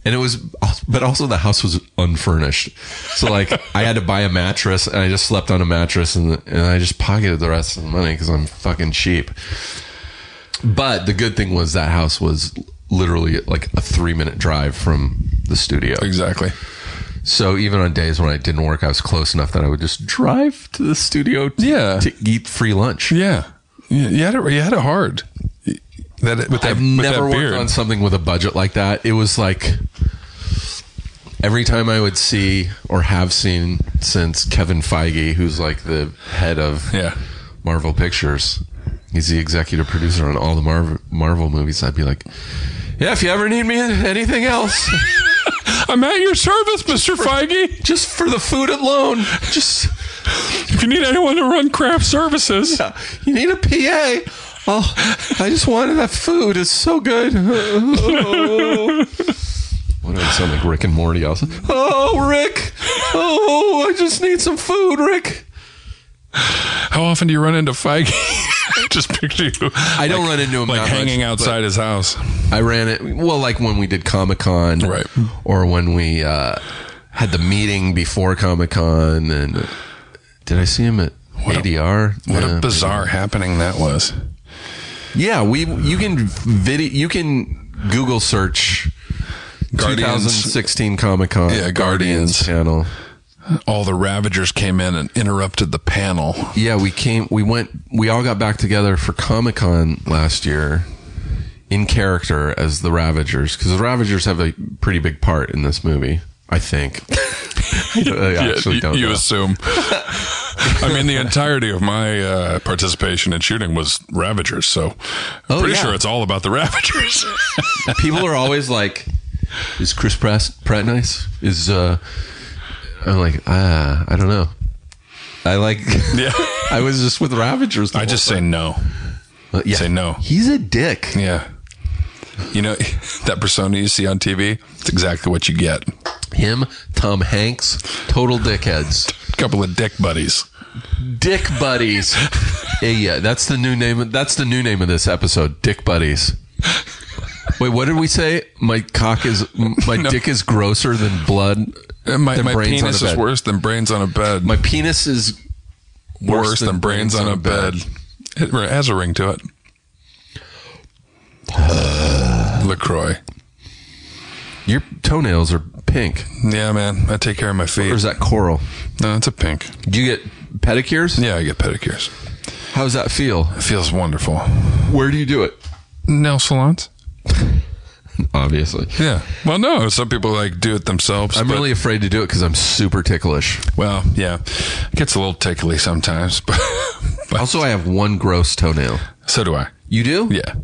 And it was, but also the house was unfurnished, so like I had to buy a mattress, and I just slept on a mattress, and and I just pocketed the rest of the money because I'm fucking cheap. But the good thing was that house was literally like a three minute drive from the studio.
exactly.
So even on days when I didn't work, I was close enough that I would just drive to the studio to,
Yeah.
to eat free lunch.
Yeah, you, you had it. You had it hard. That with that
I've
with
never
that
worked
beard.
on something with a budget like that. It was like every time I would see or have seen since Kevin Feige, who's like the head of
Yeah.
Marvel Pictures, he's the executive producer on all the Marvel Marvel movies. I'd be like, yeah, if you ever need me in anything else.
I'm at your service, Mister Feige.
just for the food alone. Just
If you need anyone to run craft services,
you need a PA. Oh, I just wanted that food. It's so good. Oh. What do I sound like Rick and Morty? Also, oh Rick, oh I just need some food, Rick.
How often do you run into Feige? Just picture you.
I don't run into him
like
that much,
hanging outside his house.
I ran it well, like when we did Comic Con,
Right.
Or when we uh, had the meeting before Comic Con, and uh, did I see him at ADR?
What
Yeah.
a bizarre happening that was.
Yeah, we you can video you can Google search
Guardians-
2016 Comic Con.
Yeah, Guardians.
channel.
All the Ravagers came in and interrupted the panel.
Yeah, we came we went we all got back together for Comic Con last year in character as the Ravagers because the Ravagers have a pretty big part in this movie, I think. I actually
you
don't
you
know.
assume. I mean, the entirety of my uh, participation in shooting was Ravagers, so I'm
Oh,
pretty
yeah.
sure it's all about the Ravagers.
People are always like, "Is Chris Pratt, Pratt nice?" Is uh, I'm like, ah, I don't know. I like.
yeah.
I was just with Ravagers. the
I
whole
just say no.
Uh, yeah.
Say no.
He's a dick.
Yeah. You know, that persona you see on TV, it's exactly what you get.
Him, Tom Hanks, total dickheads.
couple of dick buddies.
Dick buddies. yeah, yeah, that's the new name. That's the new name of this episode. Dick buddies. Wait, what did we say? My cock is my dick is grosser than blood.
Uh, My,
Than
my
brains on
penis
a
is
bed.
worse than brains on a bed.
My penis is
worse, than, brains, on a bed. It has a ring to it. Lacroix.
Your toenails are pink.
Yeah, man. I take care of my
Or is
feet.
that coral?
No, it's a pink.
Do you get pedicures?
Yeah, I get pedicures.
How does that feel?
It feels wonderful.
Where do you do it?
Nail salons.
Obviously.
Yeah. Well, no. Some people like do it themselves.
I'm
but-
really afraid to do it because I'm super ticklish.
well. Yeah, it gets a little tickly sometimes, but, but
Also, I have one gross toenail.
so do I.
You do?
Yeah.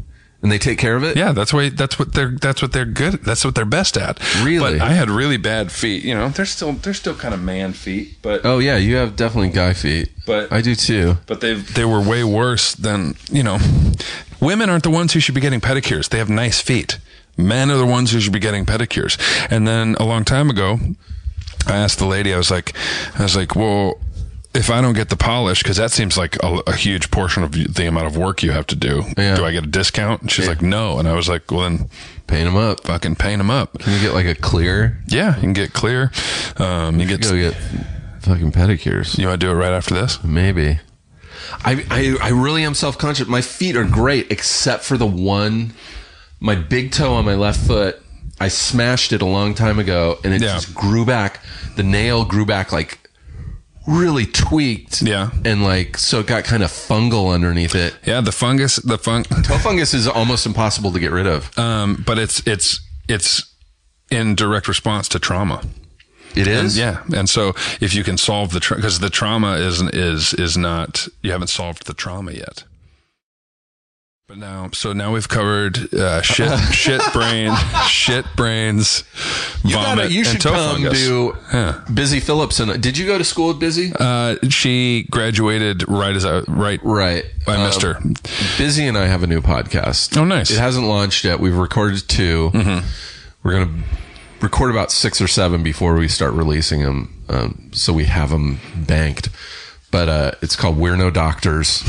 And they take care of it?
Yeah, that's why. That's what they're. That's what they're good. That's what they're best at.
Really?
But I had really bad feet. You know, they're still they're still kind of man feet, but
Oh, yeah. You have definitely guy feet.
But-
I do too.
but they they were way worse than you know. Women aren't the ones who should be getting pedicures. They have nice feet. Men are the ones who should be getting pedicures. And then a long time ago, I asked the lady. I was like, I was like, well. If I don't get the polish, because that seems like a, a huge portion of the amount of work you have to do,
Yeah.
do I get a discount? And she's like, no. And I was like, well, then
Paint them up.
fucking paint them up.
Can you get like a clear?
Yeah, you can get clear. Um, you
You
get.
go get fucking pedicures.
You want to do it right after this?
Maybe. I, I I really am self conscious. My feet are great except for the one my big toe on my left foot. I smashed it a long time ago and it
Yeah.
just grew back. The nail grew back like really tweaked.
Yeah.
And like so it got kind of fungal underneath it.
Yeah, the fungus, the fun,
Toe fungus is almost impossible to get rid of.
um, but it's it's it's in direct response to trauma.
It is?
Yeah, and so if you can solve the because the trauma isn't is is not you haven't solved the trauma yet. But now, so now we've covered uh, shit, shit brain, shit brains, vomit,
You, gotta, you
and
should
toe
come
fungus.
do
Yeah.
Busy Phillips. And did you go to school with Busy?
Uh, she graduated right as I right.
right.
I missed
Um,
her.
Busy and I have a new podcast.
Oh, nice.
It hasn't launched yet. We've recorded 2 Mm-hmm. We're going to record about six or seven before we start releasing them. Um, so we have them banked. But uh, it's called We're No Doctors.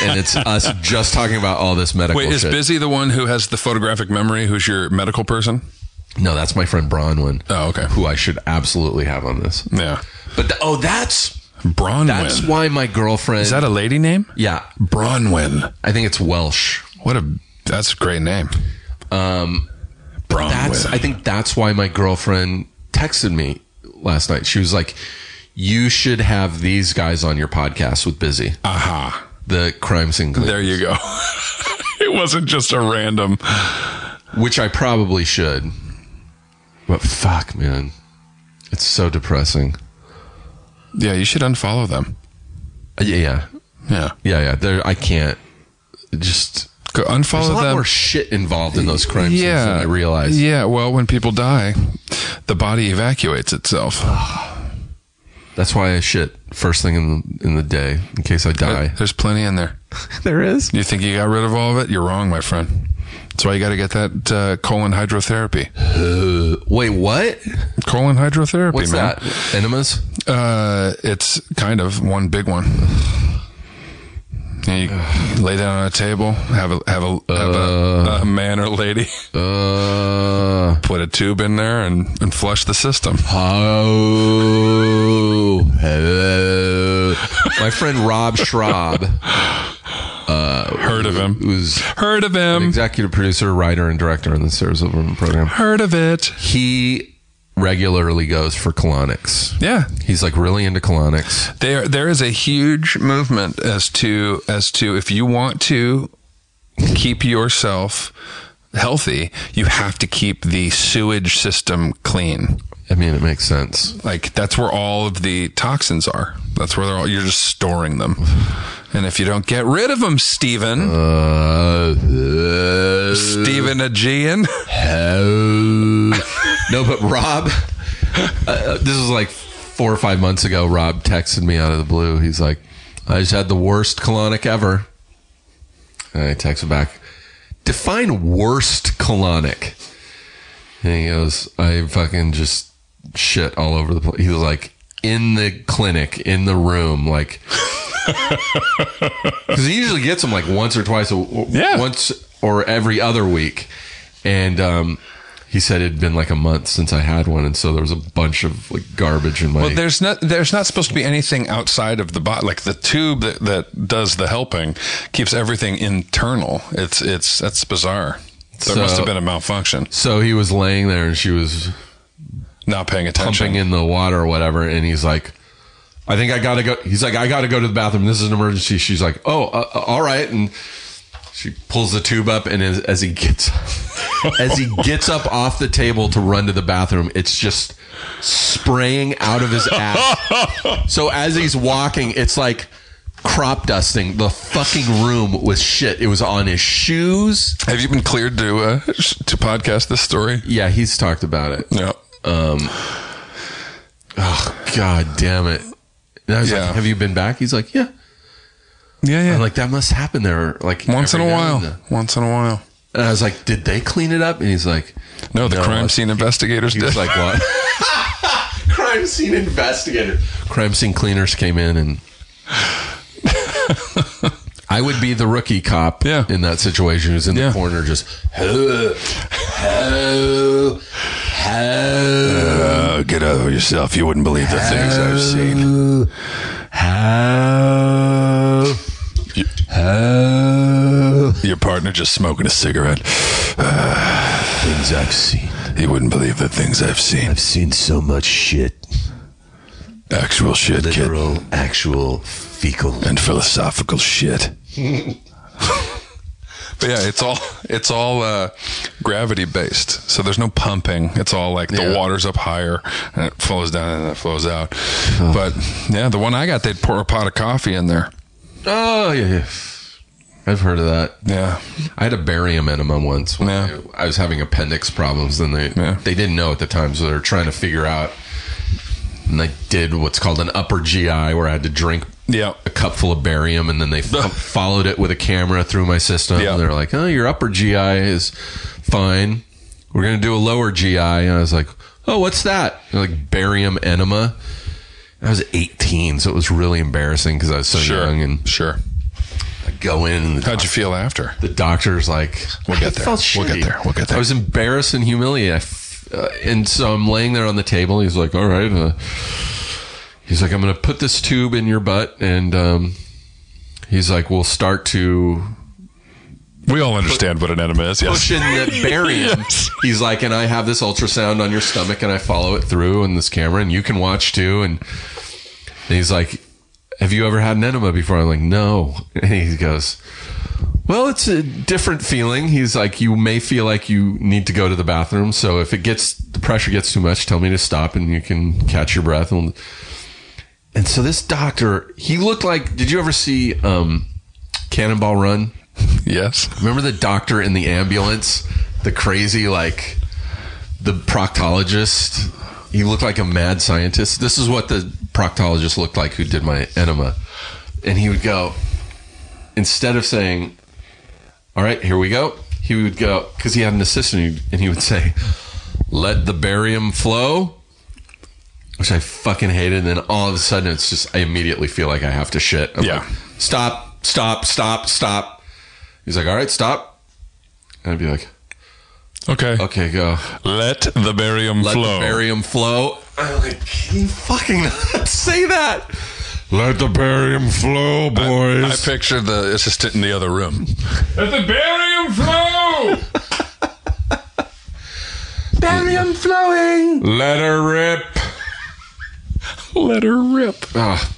and it's us just talking about all this medical
Wait, is
shit.
Busy the one who has the photographic memory? Who's your medical person?
no, that's my friend Bronwyn.
Oh, okay.
Who I should absolutely have on this.
Yeah,
But th- oh, that's
Bronwyn.
that's why my girlfriend.
Is that a lady name?
yeah,
Bronwyn.
I think it's Welsh.
What a that's a great name.
Um,
Bronwyn.
that's I think that's why my girlfriend texted me last night. She was like, "You should have these guys on your podcast with Busy,
Aha.
the crime scene, Glee,"
There you go. it wasn't just a random.
which I probably should." But fuck, man, it's so depressing.
Yeah, you should unfollow them.
Uh, Yeah, yeah,
Yeah,
yeah, yeah. There, I can't. It Just
go
there's
unfollow
a lot
them.
more shit involved in those crime scenes
yeah,
than I realized.
Yeah, well, when people die, the body evacuates itself.
That's why I shit first thing in the, in the day in case I die.
There's plenty in there.
There is.
You think you got rid of all of it? You're wrong, my friend. That's why you got to get that uh, colon hydrotherapy.
Wait, what?
Colon hydrotherapy,
What's
man.
that? Enemas?
Uh, it's kind of one big one. Yeah, you lay down on a table, have a have a, have a, a man or lady
Uh,
put a tube in there and, and flush the system.
oh, hello. My friend Rob Schraub,
Heard of him?
who's
Heard of him?
executive producer, writer, and director on the Sarah Silverman program,
Heard of it?
he regularly goes for colonics.
Yeah,
He's like really into colonics.
there there is a huge movement as to as to if you want to keep yourself healthy, you have to keep the sewage system clean.
I mean, it makes sense.
like that's where all of the toxins are. That's where they're all. You're just storing them, and if you don't get rid of them, Stephen,
Uh, uh,
Stephen Aegean,
no, but Rob, uh, this was like four or five months ago. Rob texted me out of the blue. He's like, I just had the worst colonic ever. And I texted back, define worst colonic. And he goes, I fucking just shit all over the place. He was like, in the clinic, in the room, like, because he usually gets them like once or twice, a,
Yeah.
once or every other week. And um, He said it'd been like a month since I had one, and so there was a bunch of like garbage in my.
Well, there's not there's not supposed to be anything outside of the bot. Like the tube that, that does the helping keeps everything internal. It's it's that's bizarre. There
So-
must have been a malfunction.
so he was laying there, and she was
Not paying
pumping
attention.
in the water or whatever, and he's like, "I think I gotta go." He's like, "I gotta go to the bathroom. This is an emergency." She's like, "Oh, uh, uh, all right," and she pulls the tube up, and as, as he gets as he gets up off the table to run to the bathroom, it's just spraying out of his ass. so as he's walking, it's like crop dusting the fucking room with shit. It was on his shoes.
Have you been cleared to uh, sh- to podcast this story?
Yeah, he's talked about it.
No.
God damn it. And I was
Yeah.
like, Have you been back? He's like, Yeah.
Yeah, yeah.
I'm like, that must happen there like
Once in
every
a
now and
while.
then.
Once in a while.
And I was like, Did they clean it up? And he's like
No, the crime
I-
scene investigators
he was
did.
like what? crime scene investigator. Crime scene cleaners came in and I would be the rookie cop
Yeah.
in that situation who's in
Yeah.
the corner just "Huh, huh, huh."
uh, get over yourself. You wouldn't believe the things I've seen.
How? How?
Your partner just smoking a cigarette.
Things I've seen.
He wouldn't believe the things I've seen.
I've seen so much shit.
Actual shit, kid.
Literal, actual, fecal.
And philosophical shit. but yeah, it's all it's all uh, gravity based. So there's no pumping. It's all like the
Yeah.
water's up higher and it flows down and it flows out. But yeah, the one I got, they'd pour a pot of coffee in there.
Oh, yeah, yeah. I've heard of that.
Yeah.
I had a barium enema once. When
Yeah.
I, I was having appendix problems, and they
Yeah.
they didn't know at the time, so they were trying to figure out. And I did what's called an upper GI, where I had to drink
Yeah.
a cup full of barium, and then they fo- followed it with a camera through my system.
Yeah.
And they're like, "Oh, your upper GI is fine. We're gonna do a lower GI." And I was like, "Oh, what's that?" They're like barium enema. I was 18, so it was really embarrassing because I was so
Sure.
young. And
Sure.
I go in, and the
How'd you feel after?
the doctor's like,
We'll get
I
there.
felt
We'll
shitty.
get there. We'll get there.
I was embarrassed and humiliated. I f- uh, and so I'm laying there on the table. He's like, all right. Uh, he's like, I'm going to put this tube in your butt. And um, he's like, we'll start to
We all understand what an enema is.
push in the barium. He's like, and I have this ultrasound on your stomach and I follow it through and this camera and you can watch too. And, and he's like, have you ever had an enema before? I'm like, no. And he goes, well, it's a different feeling. He's like, you may feel like you need to go to the bathroom. So if it gets, the pressure gets too much, tell me to stop and you can catch your breath. And, and so this doctor, he looked like, did you ever see, um, Cannonball Run?
Yes.
Remember the doctor in the ambulance? The crazy, like, the proctologist? He looked like a mad scientist. This is what the proctologist looked like who did my enema. And he would go, instead of saying, All right, here we go, he would go, because he had an assistant, and he would say, Let the barium flow. Which I fucking hated. And then all of a sudden, it's just, I immediately feel like I have to shit. I'm
Yeah.
like, stop, stop, stop, stop. He's like, all right, stop. And I'd be like,
Okay.
okay, go.
Let the barium
Let
flow.
the barium flow. I'm like, can you fucking not say that? Let the barium flow, boys.
I picture the assistant in the other room.
Let the barium flow!
barium flowing.
Let her rip. Let her rip.
Ah.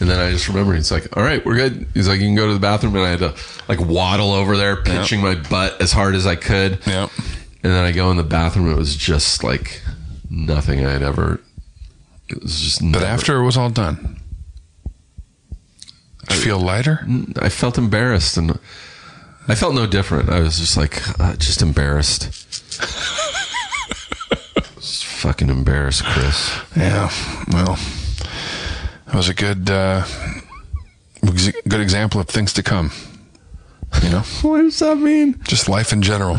And then I just remember he's like, all right, we're good. He's like, you can go to the bathroom. And I had to like waddle over there, pinching my butt as hard as I could.
Yep.
And then I go in the bathroom. It was just like nothing I had ever. It was just.
But after it was all done, did you feel lighter?
I felt embarrassed and I felt no different. I was just like, uh, just embarrassed. just fucking embarrassed, Chris.
Yeah. Well, it was a good, uh, ex- good example of things to come. You know,
What does that mean?
just life in general.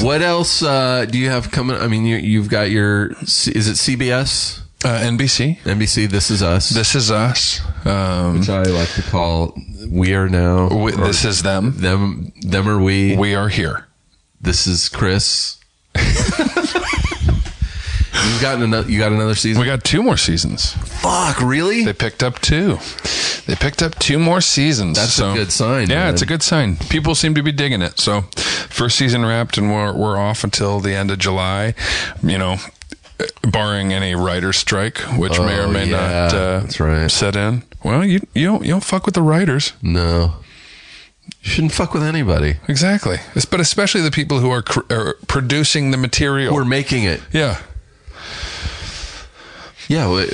What else uh, do you have coming? I mean, you, you've got your. C- Is it CBS?
Uh, NBC.
NBC, This Is Us.
This is us. Um,
which I like to call We Are Now.
we, this is them.
them, them are we.
We are here.
This is Chris. You've gotten another. You got another season.
We got two more seasons.
Fuck, really?
They picked up two. They picked up two more seasons.
That's a
so-
good sign,
Yeah,
man.
it's a good sign. People seem to be digging it. So, first season wrapped, and we're we're off until the end of July. You know, barring any writer strike, which may or
Oh,
may
yeah,
not uh,
that's right.
set in. Well, you you don't you don't fuck with the writers
No, you shouldn't fuck with anybody.
exactly, Es- but especially the people who are, cr- are producing the material.
We're making it.
yeah,
Yeah, well, it-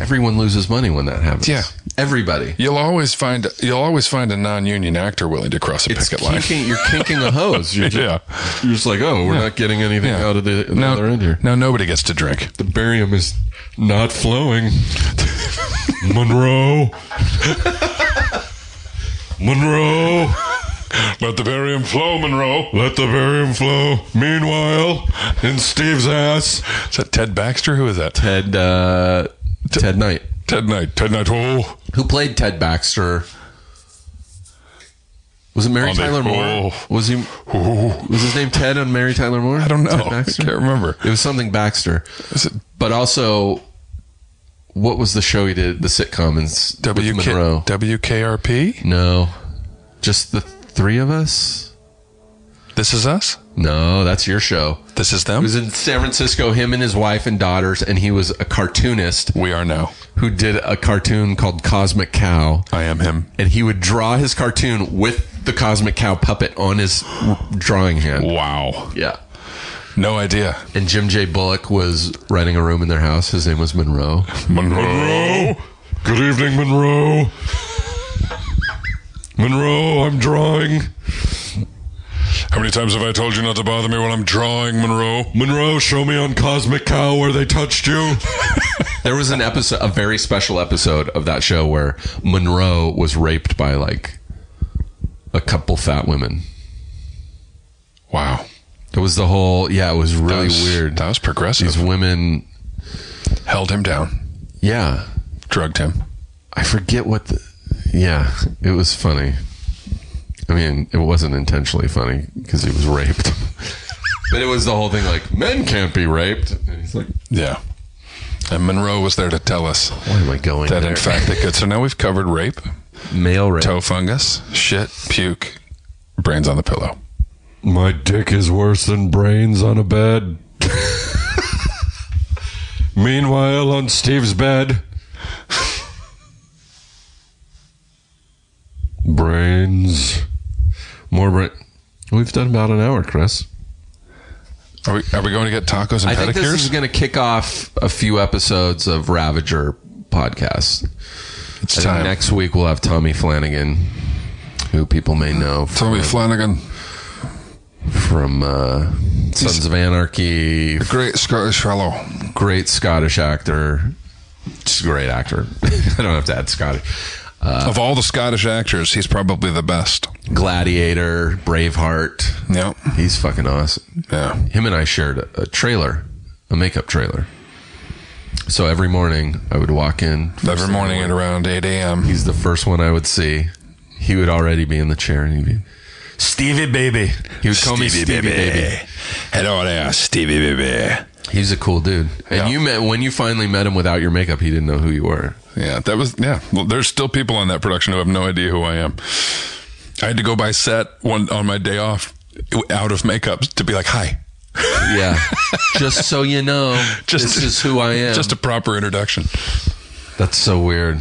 everyone loses money when that happens.
Yeah.
everybody.
you'll always find you'll always find a non-union actor willing to cross a
It's
picket line.
kinking, you're kinking a hose. You're just,
Yeah.
you're just like, oh, we're not getting anything
Yeah.
out of the, the
Now-
other end here.
now nobody gets to drink.
The barium is not flowing. Monroe. Monroe.
Let the barium flow, Monroe.
Let the barium flow. Meanwhile, in Steve's ass.
Is that Ted Baxter? Who is that?
Ted, uh, Ted Knight,
Ted Knight. Ted Knight. Oh,
who played Ted Baxter. Was it Mary
On the-
Tyler Moore?
oh.
Was he? Was his name Ted and Mary Tyler Moore?
I don't know.
Ted
I
Baxter?
can't remember.
It was something Baxter.
Is it
But also, what was the show he did? The sitcom and s- with
WK-
Monroe.
WKRP?
No, just the three of us.
This is us.
No, that's your show.
This is
It
them.
was in San Francisco. Him and his wife and daughters, and he was a cartoonist
we are now.
who did a cartoon called Cosmic Cow.
I am him.
and he would draw his cartoon with the Cosmic Cow puppet on his drawing hand.
Wow.
Yeah.
No idea.
And Jim J. Bullock was renting a room in their house. His name was Monroe.
Monroe. Good evening, Monroe. Monroe, I'm drawing. How many times have I told you not to bother me when I'm drawing, Monroe? Monroe, show me on Cosmic Cow where they touched you.
There was an episode, a very special episode of that show where Monroe was raped by like a couple fat women.
Wow.
It was the whole, yeah, it was
That
really
was-
weird.
That was
These
progressive.
women,
Held him down,
yeah,
drugged him.
I forget what the, yeah, it was funny. I mean, it wasn't intentionally funny because he was raped. but it was the whole thing like, men can't be raped. And he's like,
Yeah. And Monroe was there to tell us
why am I going
that,
there?
in fact, they could. So now we've covered rape,
Male rape.
toe fungus, shit, puke, brains on the pillow.
My dick is worse than brains on a bed. Meanwhile, on Steve's bed, brains. More brain. We've done about an hour, Chris.
Are we, are we going to get tacos and
I think this is
pedicures?
going to kick off a few episodes of Ravager podcast.
it's
I think
time.
next week we'll have Tommy Flanagan, who people may know from,
Tommy Flanagan,
from uh, Sons of Anarchy,
great Scottish fellow.
great Scottish actor. Just a great actor. I don't have to add Scottish.
of all the Scottish actors, he's probably the best.
Gladiator, Braveheart.
Yeah.
He's fucking awesome.
Yeah.
Him and I shared a, a trailer, a makeup trailer. So every morning I would walk in.
Every morning at around 8 a.m.
He's the first one I would see. He would already be in the chair and he'd be,
Stevie Baby.
he would call me Stevie baby.
Hello there, Stevie Baby.
He's a cool dude. And
Yeah.
you met, when you finally met him without your makeup, he didn't know who you were.
Yeah, that was yeah. Well, there's still people on that production who have no idea who I am. I had to go by set one on my day off, out of makeup, to be like, "Hi."
Yeah. just so you know,
Just-
this is who I am.
Just a proper introduction.
That's so weird.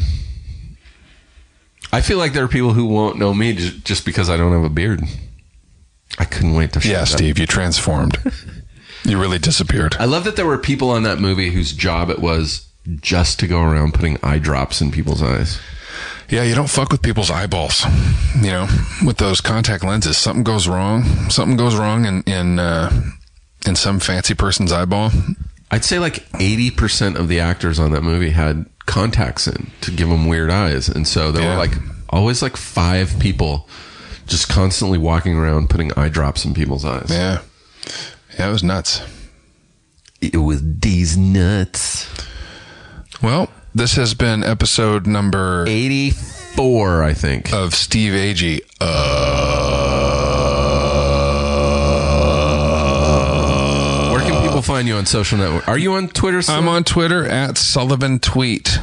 I feel like there are people who won't know me ju- just because I don't have a beard. I couldn't wait to show
Yeah,
that.
Steve, you transformed. you really disappeared.
I love that there were people on that movie whose job it was just to go around putting eye drops in people's eyes.
Yeah, you don't fuck with people's eyeballs. You know, with those contact lenses, something goes wrong. Something goes wrong in in uh, in some fancy person's eyeball.
I'd say like 80% of the actors on that movie had contacts in to give them weird eyes. And so there
Yeah.
were like always like five people just constantly walking around putting eye drops in people's eyes.
Yeah, yeah, it was nuts.
It was these nuts.
Well, this has been episode number
84, I think.
of Steve Agee. Uh,
find you on social network? Are you on Twitter? still?
I'm on Twitter at Sullivan Tweet.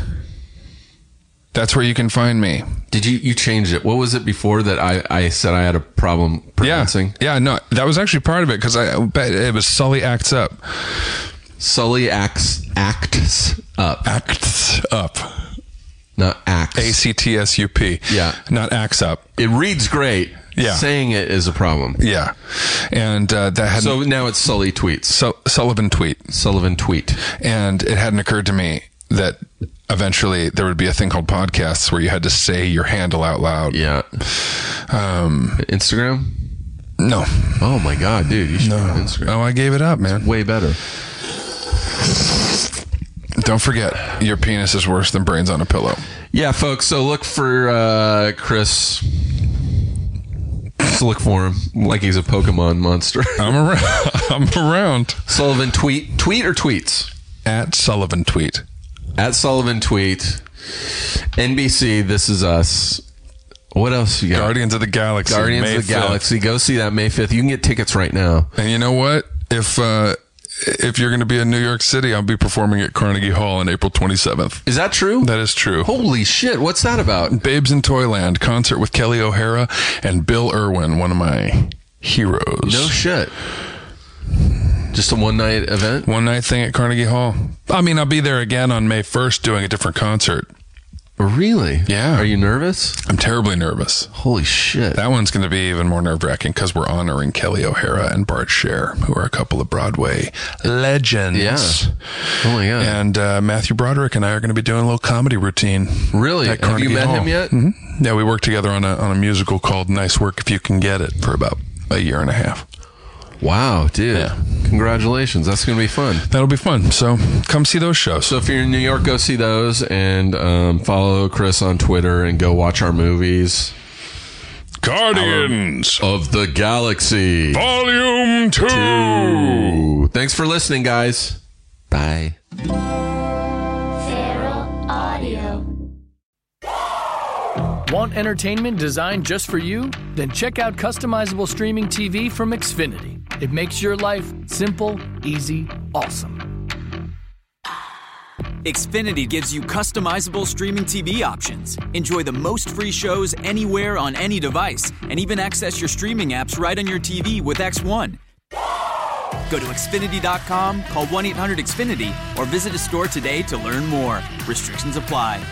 That's where you can find me.
Did you you changed it? What was it before that I I said I had a problem pronouncing?
Yeah, yeah, no, that was actually part of it because I but it was Sully acts up,
Sully acts acts up,
acts up,
not acts.
A C T S U P.
Yeah.
not acts up.
It reads great.
Yeah.
saying it is a problem.
Yeah, and uh, that had
So now it's Sully tweets.
Su- Sullivan Tweet,
Sullivan tweet.
and it hadn't occurred to me that eventually there would be a thing called podcasts where you had to say your handle out loud.
Yeah.
Um,
Instagram.
no,
Oh my god, dude! You should be on Instagram.
oh, I gave it up, man.
Way better.
Don't forget, your penis is worse than brains on a pillow.
Yeah, folks. So look for uh, Chris. Just look for him like he's a Pokemon monster.
I'm around. I'm around.
Sullivan tweet tweet or tweets
At Sullivan Tweet.
at Sullivan tweet. NBC. This is us. What else you got?
Guardians of the Galaxy.
Guardians
May
of the
5th.
Galaxy. Go see that May fifth. You can get tickets right now.
And you know what? If uh, if you're going to be in New York City, I'll be performing at Carnegie Hall on April 27th.
Is that true?
That is true.
Holy shit! What's that about?
Babes in Toyland concert with Kelly O'Hara and Bill Irwin, one of my heroes.
No shit. Just a one night event.
one night thing at Carnegie Hall. I mean, I'll be there again on May 1st doing a different concert.
Really?
Yeah.
Are you nervous?
I'm terribly nervous.
Holy shit.
That one's going to be even more nerve wracking because we're honoring Kelly O'Hara and Bart Scher, who are a couple of Broadway legends.
Yeah. oh my god.
And uh, Matthew Broderick and I are going to be doing a little comedy routine.
Really?
at
Have you
Carnegie
met
Hall.
him yet?
Mhm. Yeah, we worked together on a on a musical called Nice Work If You Can Get It for about a year and a half.
Wow, dude. Congratulations. That's going to be fun.
That'll be fun. So come see those shows.
So if you're in New York, go see those and um, follow Chris on Twitter and go watch our movies
Guardians
of the Galaxy.
Volume Two.
Ooh. Thanks for listening, guys. Bye.
Feral Audio.
Want entertainment designed just for you? Then check out customizable streaming TV from Xfinity. It makes your life simple, easy, awesome.
Xfinity gives you customizable streaming TV options. Enjoy the most free shows anywhere on any device, and even access your streaming apps right on your TV with X1. Go to Xfinity.com, call 1 800 Xfinity, or visit a store today to learn more. Restrictions apply.